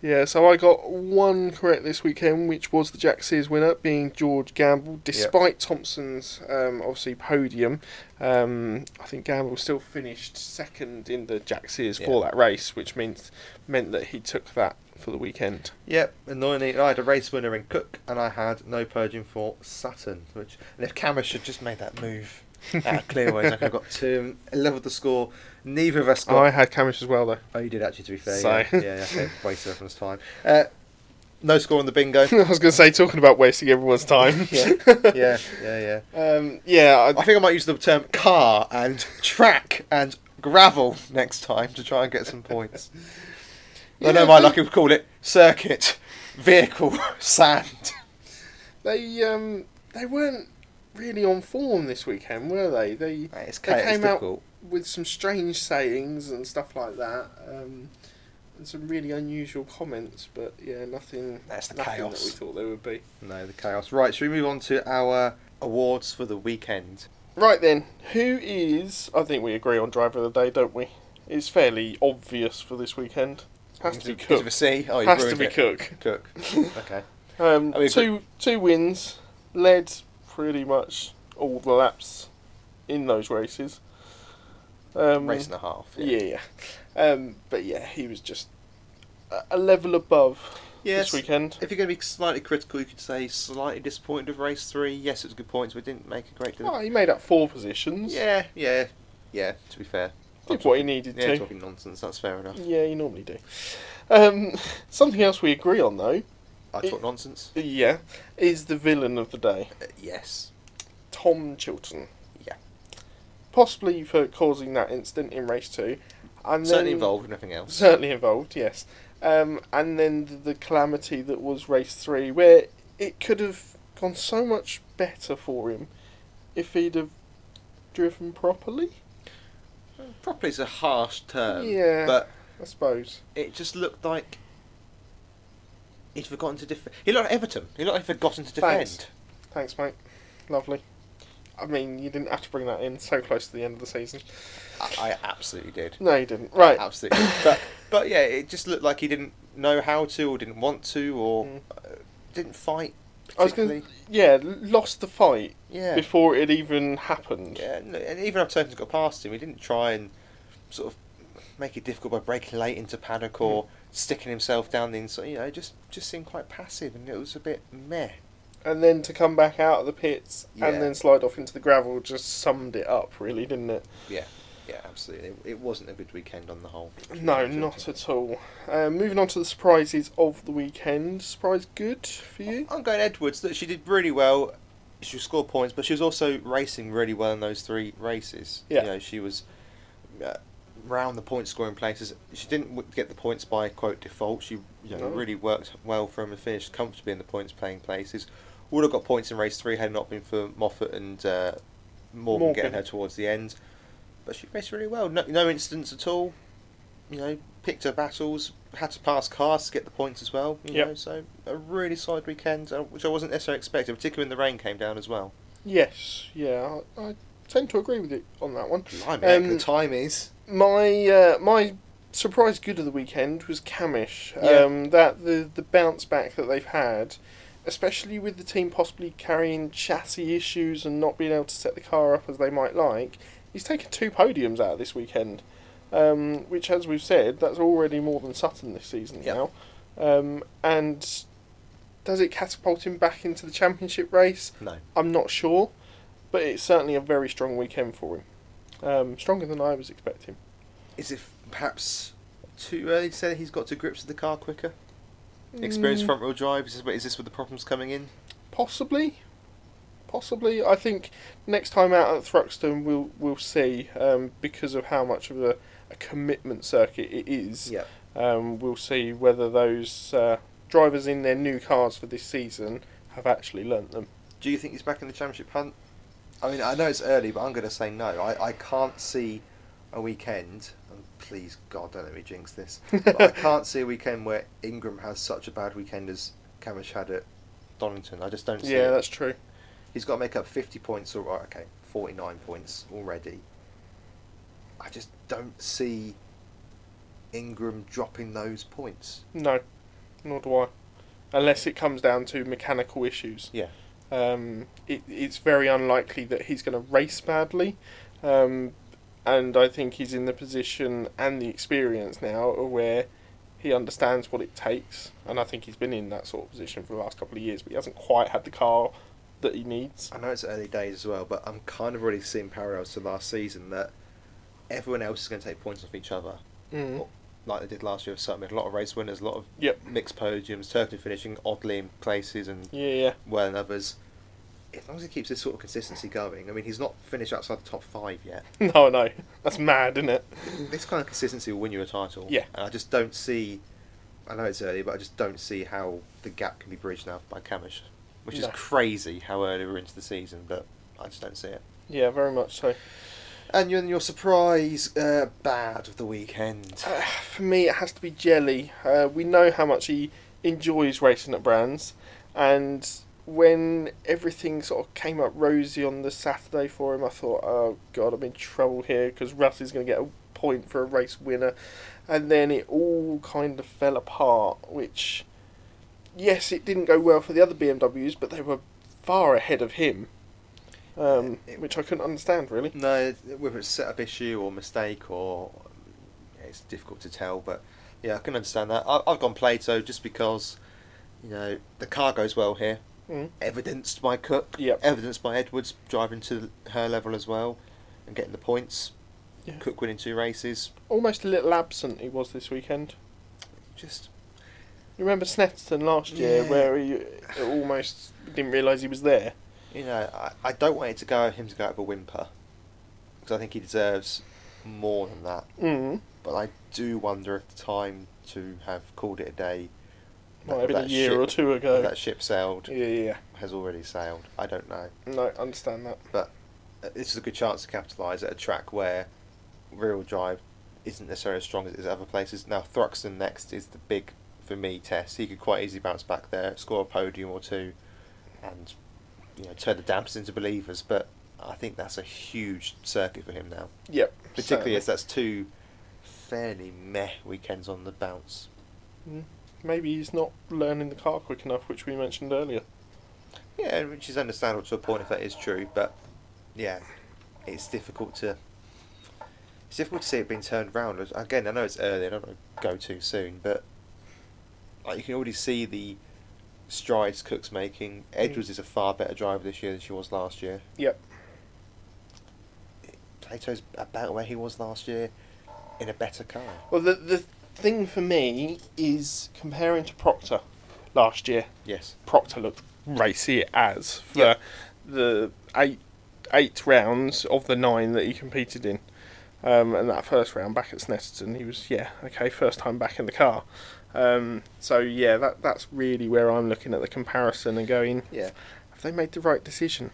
[SPEAKER 2] Yeah, so I got one correct this weekend, which was the Jack Sears winner, being George Gamble, despite Thompson's um, obviously podium. Um, I think Gamble still finished second in the Jack Sears for
[SPEAKER 1] Yeah.
[SPEAKER 2] that race, which means meant that he took that for the weekend.
[SPEAKER 1] Yep, annoyingly, I had a race winner in Cook, and I had no podium for Saturn. Which, and if Camish had just made that move out of Clearways, I could have got two, and leveled the score. Neither of us got.
[SPEAKER 2] I had Camish as well, though.
[SPEAKER 1] Oh, you did actually, to be fair.
[SPEAKER 2] So-
[SPEAKER 1] Yeah, yeah, yeah, okay, wasted everyone's time. Uh, no score on the bingo.
[SPEAKER 2] I was going to say, talking about wasting everyone's time.
[SPEAKER 1] yeah, yeah, yeah, yeah.
[SPEAKER 2] um, yeah, I,
[SPEAKER 1] I think I might use the term car and track and gravel next time to try and get some points. I know my luck would call it circuit, vehicle, sand.
[SPEAKER 2] they um, they weren't really on form this weekend, were they? They
[SPEAKER 1] It's,
[SPEAKER 2] They
[SPEAKER 1] ca- it's
[SPEAKER 2] came out-
[SPEAKER 1] difficult.
[SPEAKER 2] with some strange sayings and stuff like that, um, and some really unusual comments. But yeah, nothing.
[SPEAKER 1] That's the
[SPEAKER 2] nothing
[SPEAKER 1] chaos.
[SPEAKER 2] that we thought there would be.
[SPEAKER 1] No, the chaos. Right, should we move on to our awards for the weekend?
[SPEAKER 2] Right then, who is? I think we agree on driver of the day, don't we? It's fairly obvious for this weekend. Has to be
[SPEAKER 1] Is it- is it a
[SPEAKER 2] Cook.
[SPEAKER 1] C? Oh, you
[SPEAKER 2] Has to
[SPEAKER 1] ruined
[SPEAKER 2] be
[SPEAKER 1] it.
[SPEAKER 2] Cook.
[SPEAKER 1] Cook. Okay.
[SPEAKER 2] Um,
[SPEAKER 1] I mean,
[SPEAKER 2] two two wins, led pretty much all the laps in those races. Um,
[SPEAKER 1] Race and a half.
[SPEAKER 2] Yeah, yeah. Um, but yeah, he was just a- a level above
[SPEAKER 1] Yes.
[SPEAKER 2] this weekend.
[SPEAKER 1] If you're going to be slightly critical, you could say slightly disappointed of race three. Yes, it was good points, but it didn't make a great deal.
[SPEAKER 2] Oh,
[SPEAKER 1] of
[SPEAKER 2] he made up four positions.
[SPEAKER 1] Yeah, yeah, yeah. To be fair,
[SPEAKER 2] Did what he needed
[SPEAKER 1] yeah,
[SPEAKER 2] to.
[SPEAKER 1] talking nonsense. That's fair enough.
[SPEAKER 2] Yeah, you normally do. Um, something else we agree on, though,
[SPEAKER 1] I
[SPEAKER 2] It-
[SPEAKER 1] talk nonsense.
[SPEAKER 2] yeah, is the villain of the day,
[SPEAKER 1] Uh, yes.
[SPEAKER 2] Tom Chilton.
[SPEAKER 1] Yeah.
[SPEAKER 2] Possibly for causing that incident in race two. And
[SPEAKER 1] Certainly
[SPEAKER 2] then-
[SPEAKER 1] involved with nothing else.
[SPEAKER 2] Certainly involved, yes. Um, and then the, the calamity that was race three, where it could have gone so much better for him if he'd have driven properly.
[SPEAKER 1] Probably is a harsh term.
[SPEAKER 2] Yeah.
[SPEAKER 1] But
[SPEAKER 2] I suppose.
[SPEAKER 1] it just looked like he'd forgotten to defend. He looked like Everton. He looked like he'd forgotten to defend.
[SPEAKER 2] Thanks. Thanks, mate. Lovely. I mean, you didn't have to bring that in so close to the end of the season.
[SPEAKER 1] I, I absolutely did.
[SPEAKER 2] No, you didn't. Right.
[SPEAKER 1] Absolutely. but but yeah, it just looked like he didn't know how to, or didn't want to, or
[SPEAKER 2] Mm.
[SPEAKER 1] uh, didn't fight.
[SPEAKER 2] I was
[SPEAKER 1] Particularly.
[SPEAKER 2] going to. Yeah, lost the fight
[SPEAKER 1] yeah.
[SPEAKER 2] before it even happened.
[SPEAKER 1] Yeah, no, and even after
[SPEAKER 2] Mm.
[SPEAKER 1] Tokens got past him, he didn't try and sort of make it difficult by breaking late into paddock or sticking himself down the inside. You know, just just seemed quite passive, and it was a bit meh.
[SPEAKER 2] And then to come back out of the pits
[SPEAKER 1] Yeah.
[SPEAKER 2] and then slide off into the gravel just summed it up, really, didn't it?
[SPEAKER 1] Yeah, yeah, absolutely. It, it wasn't a good weekend on the whole.
[SPEAKER 2] No, not at all. Uh, moving on to the surprises of the weekend. Surprise good for you?
[SPEAKER 1] I'm going Edwards. That she did really well. She scored points, but she was also racing really well in those three races.
[SPEAKER 2] Yeah.
[SPEAKER 1] you know, she was uh, round the point scoring places. She didn't w- get the points by quote default. She you know,
[SPEAKER 2] No.
[SPEAKER 1] really worked well for him and finished comfortably in the points playing places. Would have got points in race three had it not been for Moffat and uh, Morgan,
[SPEAKER 2] Morgan.
[SPEAKER 1] getting her towards the end. But she raced really well. No, no incidents at all. You know, picked her battles, had to pass cars to get the points as well. You
[SPEAKER 2] Yep.
[SPEAKER 1] know, so a really solid weekend, uh, which I wasn't necessarily expecting, particularly when the rain came down as well.
[SPEAKER 2] Yes, yeah. I, I tend to agree with you on that one.
[SPEAKER 1] Blimey,
[SPEAKER 2] Um,
[SPEAKER 1] heck, the time is.
[SPEAKER 2] My uh, my surprise good of the weekend was Camish.
[SPEAKER 1] Yeah.
[SPEAKER 2] Um, that the the bounce back that they've had, especially with the team possibly carrying chassis issues and not being able to set the car up as they might like, he's taken two podiums out of this weekend. Um, which, as we've said, that's already more than Sutton this season
[SPEAKER 1] Yeah.
[SPEAKER 2] now. Um, and does it catapult him back into the championship race?
[SPEAKER 1] No.
[SPEAKER 2] I'm not sure, but it's certainly a very strong weekend for him. Um, stronger than I was expecting.
[SPEAKER 1] Is it perhaps too early to say that he's got to grips with the car quicker?
[SPEAKER 2] Mm.
[SPEAKER 1] Experienced front wheel drive? Is this, where- is this where the problem's coming in?
[SPEAKER 2] Possibly, possibly. I think next time out at Thruxton, we'll we'll see um, because of how much of a, a commitment circuit it is.
[SPEAKER 1] Yeah.
[SPEAKER 2] Um, we'll see whether those uh, drivers in their new cars for this season have actually learnt them.
[SPEAKER 1] Do you think he's back in the championship hunt? I mean, I know it's early, but I'm going to say no. I, I can't see a weekend, and please God, don't let me jinx this, but I can't see a weekend where Ingram has such a bad weekend as Camish had at Donington. I just don't see
[SPEAKER 2] Yeah,
[SPEAKER 1] it.
[SPEAKER 2] that's true.
[SPEAKER 1] He's got to make up 50 points, or or, okay, 49 points already. I just don't see Ingram dropping those points.
[SPEAKER 2] No, nor do I. Unless it comes down to mechanical issues.
[SPEAKER 1] Yeah.
[SPEAKER 2] Um, it, it's very unlikely that he's going to race badly. Um, and I think he's in the position and the experience now of where he understands what it takes. And I think he's been in that sort of position for the last couple of years, but he hasn't quite had the car that he needs.
[SPEAKER 1] I know it's early days as well, but I'm kind of already seeing parallels to last season that everyone else is going to take points off each other,
[SPEAKER 2] Mm.
[SPEAKER 1] like they did last year with Sutton. We had a lot of race winners, a lot of
[SPEAKER 2] Yep.
[SPEAKER 1] mixed podiums, Turkey finishing oddly in places and
[SPEAKER 2] Yeah, yeah.
[SPEAKER 1] well in others. As long as he keeps this sort of consistency going, I mean, he's not finished outside the top five yet.
[SPEAKER 2] No, no. That's mad, isn't it?
[SPEAKER 1] This kind of consistency will win you a title.
[SPEAKER 2] Mm-hmm. Yeah.
[SPEAKER 1] And I just don't see. I know it's early, but I just don't see how the gap can be bridged now by Camish, which is
[SPEAKER 2] No.
[SPEAKER 1] crazy how early we're into the season, but I just don't see it.
[SPEAKER 2] Yeah, very much so.
[SPEAKER 1] And your, your surprise uh, bad of the weekend.
[SPEAKER 2] Uh, for me, it has to be Jelly. Uh, we know how much he enjoys racing at Brands, and when everything sort of came up rosy on the Saturday for him, I thought, oh god, I'm in trouble here because Russ is going to get a point for a race winner, and then it all kind of fell apart. Which, yes, it didn't go well for the other BMWs, but they were far ahead of him, um,
[SPEAKER 1] It-
[SPEAKER 2] which I couldn't understand really.
[SPEAKER 1] No, whether it's setup issue or mistake or yeah, it's difficult to tell, but yeah, I can understand that. I, I've gone Plato just because you know the car goes well here,
[SPEAKER 2] Mm.
[SPEAKER 1] evidenced by Cook,
[SPEAKER 2] Yep.
[SPEAKER 1] evidenced by Edwards driving to her level as well and getting the points.
[SPEAKER 2] Yeah.
[SPEAKER 1] Cook winning two races,
[SPEAKER 2] Almost a little absent he was this weekend.
[SPEAKER 1] just
[SPEAKER 2] You remember Snetton last year
[SPEAKER 1] Yeah.
[SPEAKER 2] where he almost didn't realise he was there?
[SPEAKER 1] you know, I, I don't want it to go him to go out of a whimper because I think he deserves more than that.
[SPEAKER 2] Mm.
[SPEAKER 1] But I do wonder if the time to have called it a day.
[SPEAKER 2] Might
[SPEAKER 1] that-
[SPEAKER 2] have been a
[SPEAKER 1] that
[SPEAKER 2] year
[SPEAKER 1] ship-
[SPEAKER 2] or two ago.
[SPEAKER 1] That ship sailed
[SPEAKER 2] Yeah, yeah,
[SPEAKER 1] has already sailed. I don't know,
[SPEAKER 2] yeah. No, understand that.
[SPEAKER 1] but uh, this is a good chance to capitalise at a track where real drive isn't necessarily as strong as it is at other places. Now Thruxton next is the big for me test. He could quite easily bounce back there, score a podium or two, and you know turn the dampers into believers. But I think that's a huge circuit for him now,
[SPEAKER 2] Yep.
[SPEAKER 1] particularly as
[SPEAKER 2] certainly.
[SPEAKER 1] that's two fairly meh weekends on the bounce.
[SPEAKER 2] Mm. Maybe he's not learning the car quick enough, which we mentioned earlier.
[SPEAKER 1] Yeah, which is understandable to a point if that is true, but yeah, it's difficult to it's difficult to see it being turned round. As- Again, I know it's early, I don't want to go too soon, but like you can already see the strides Cook's making. Edwards is a far better driver this year than she was last year.
[SPEAKER 2] Yep.
[SPEAKER 1] Plato's about where he was last year in a better car.
[SPEAKER 2] Well, the the thing for me is comparing to Proctor last year.
[SPEAKER 1] Yes.
[SPEAKER 2] Proctor looked racy as for
[SPEAKER 1] Yeah.
[SPEAKER 2] the eight eight rounds of the nine that he competed in. Um, and that first round back at Snetterton, he was yeah okay first time back in the car. Um, so yeah, that that's really where I'm looking at the comparison and going,
[SPEAKER 1] Yeah.
[SPEAKER 2] have they made the right decision?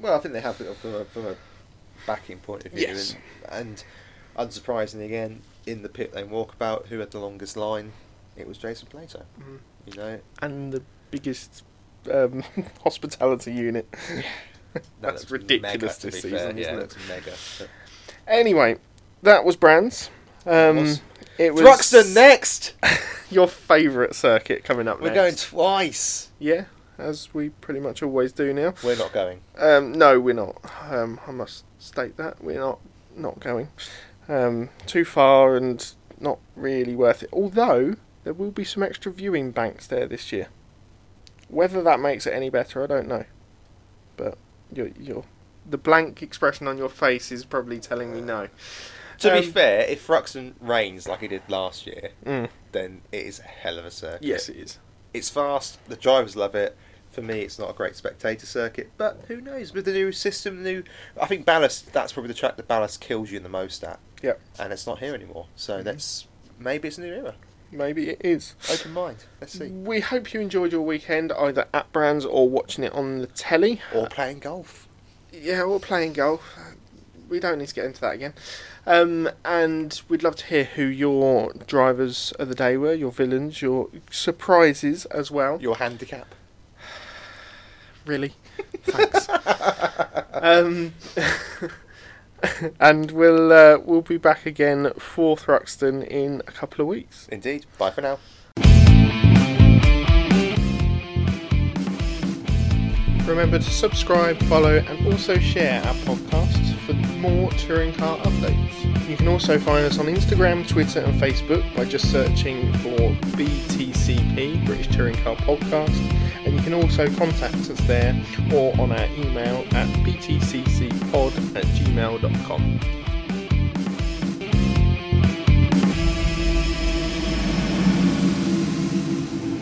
[SPEAKER 1] Well, I think they have it from a, from a backing point of view.
[SPEAKER 2] Yes.
[SPEAKER 1] And, and unsurprisingly, again, in the pit lane walkabout, who had the longest line? It was Jason Plato.
[SPEAKER 2] Mhm.
[SPEAKER 1] You know,
[SPEAKER 2] And the biggest um, hospitality unit.
[SPEAKER 1] That
[SPEAKER 2] that's
[SPEAKER 1] looks
[SPEAKER 2] ridiculous
[SPEAKER 1] mega,
[SPEAKER 2] this
[SPEAKER 1] to be fair.
[SPEAKER 2] season,
[SPEAKER 1] yeah,
[SPEAKER 2] isn't it?
[SPEAKER 1] looks mega. But-
[SPEAKER 2] Anyway, that was Brands. Um,
[SPEAKER 1] Was.
[SPEAKER 2] It was
[SPEAKER 1] Thruxton next.
[SPEAKER 2] your favourite circuit coming up.
[SPEAKER 1] We're
[SPEAKER 2] next.
[SPEAKER 1] going twice.
[SPEAKER 2] yeah, as we pretty much always do now.
[SPEAKER 1] We're not going.
[SPEAKER 2] Um, no, we're not. Um, I must state that we're not not going um, too far and not really worth it. Although there will be some extra viewing banks there this year. Whether that makes it any better, I don't know. But your your the blank expression on your face is probably telling me no.
[SPEAKER 1] To be
[SPEAKER 2] Um,
[SPEAKER 1] fair, if Thruxton rains like he did last year,
[SPEAKER 2] Mm.
[SPEAKER 1] then it is a hell of a circuit.
[SPEAKER 2] Yes, it is.
[SPEAKER 1] It's fast. The drivers love it. For me, it's not a great spectator circuit, but who knows? With the new system, new I think ballast. That's probably the track that ballast kills you the most at,
[SPEAKER 2] Yep,
[SPEAKER 1] and it's not here anymore. So
[SPEAKER 2] Mhm.
[SPEAKER 1] that's maybe it's a new era.
[SPEAKER 2] maybe it is.
[SPEAKER 1] Open mind. Let's see.
[SPEAKER 2] We hope you enjoyed your weekend either at Brands or watching it on the telly.
[SPEAKER 1] Or playing golf.
[SPEAKER 2] Yeah, or playing golf. We don't need to get into that again. Um, and we'd love to hear who your drivers of the day were, your villains, your surprises as well.
[SPEAKER 1] Your handicap.
[SPEAKER 2] Really? Thanks. um, and we'll uh, we'll be back again for Thruxton in a couple of weeks.
[SPEAKER 1] Indeed. Bye for now.
[SPEAKER 2] Remember to subscribe, follow, and also share our podcast for more touring car updates. You can also find us on Instagram, Twitter, and Facebook by just searching for BTCP, British Touring Car Podcast. And you can also contact us there or on our email at btccpod at gmail.com.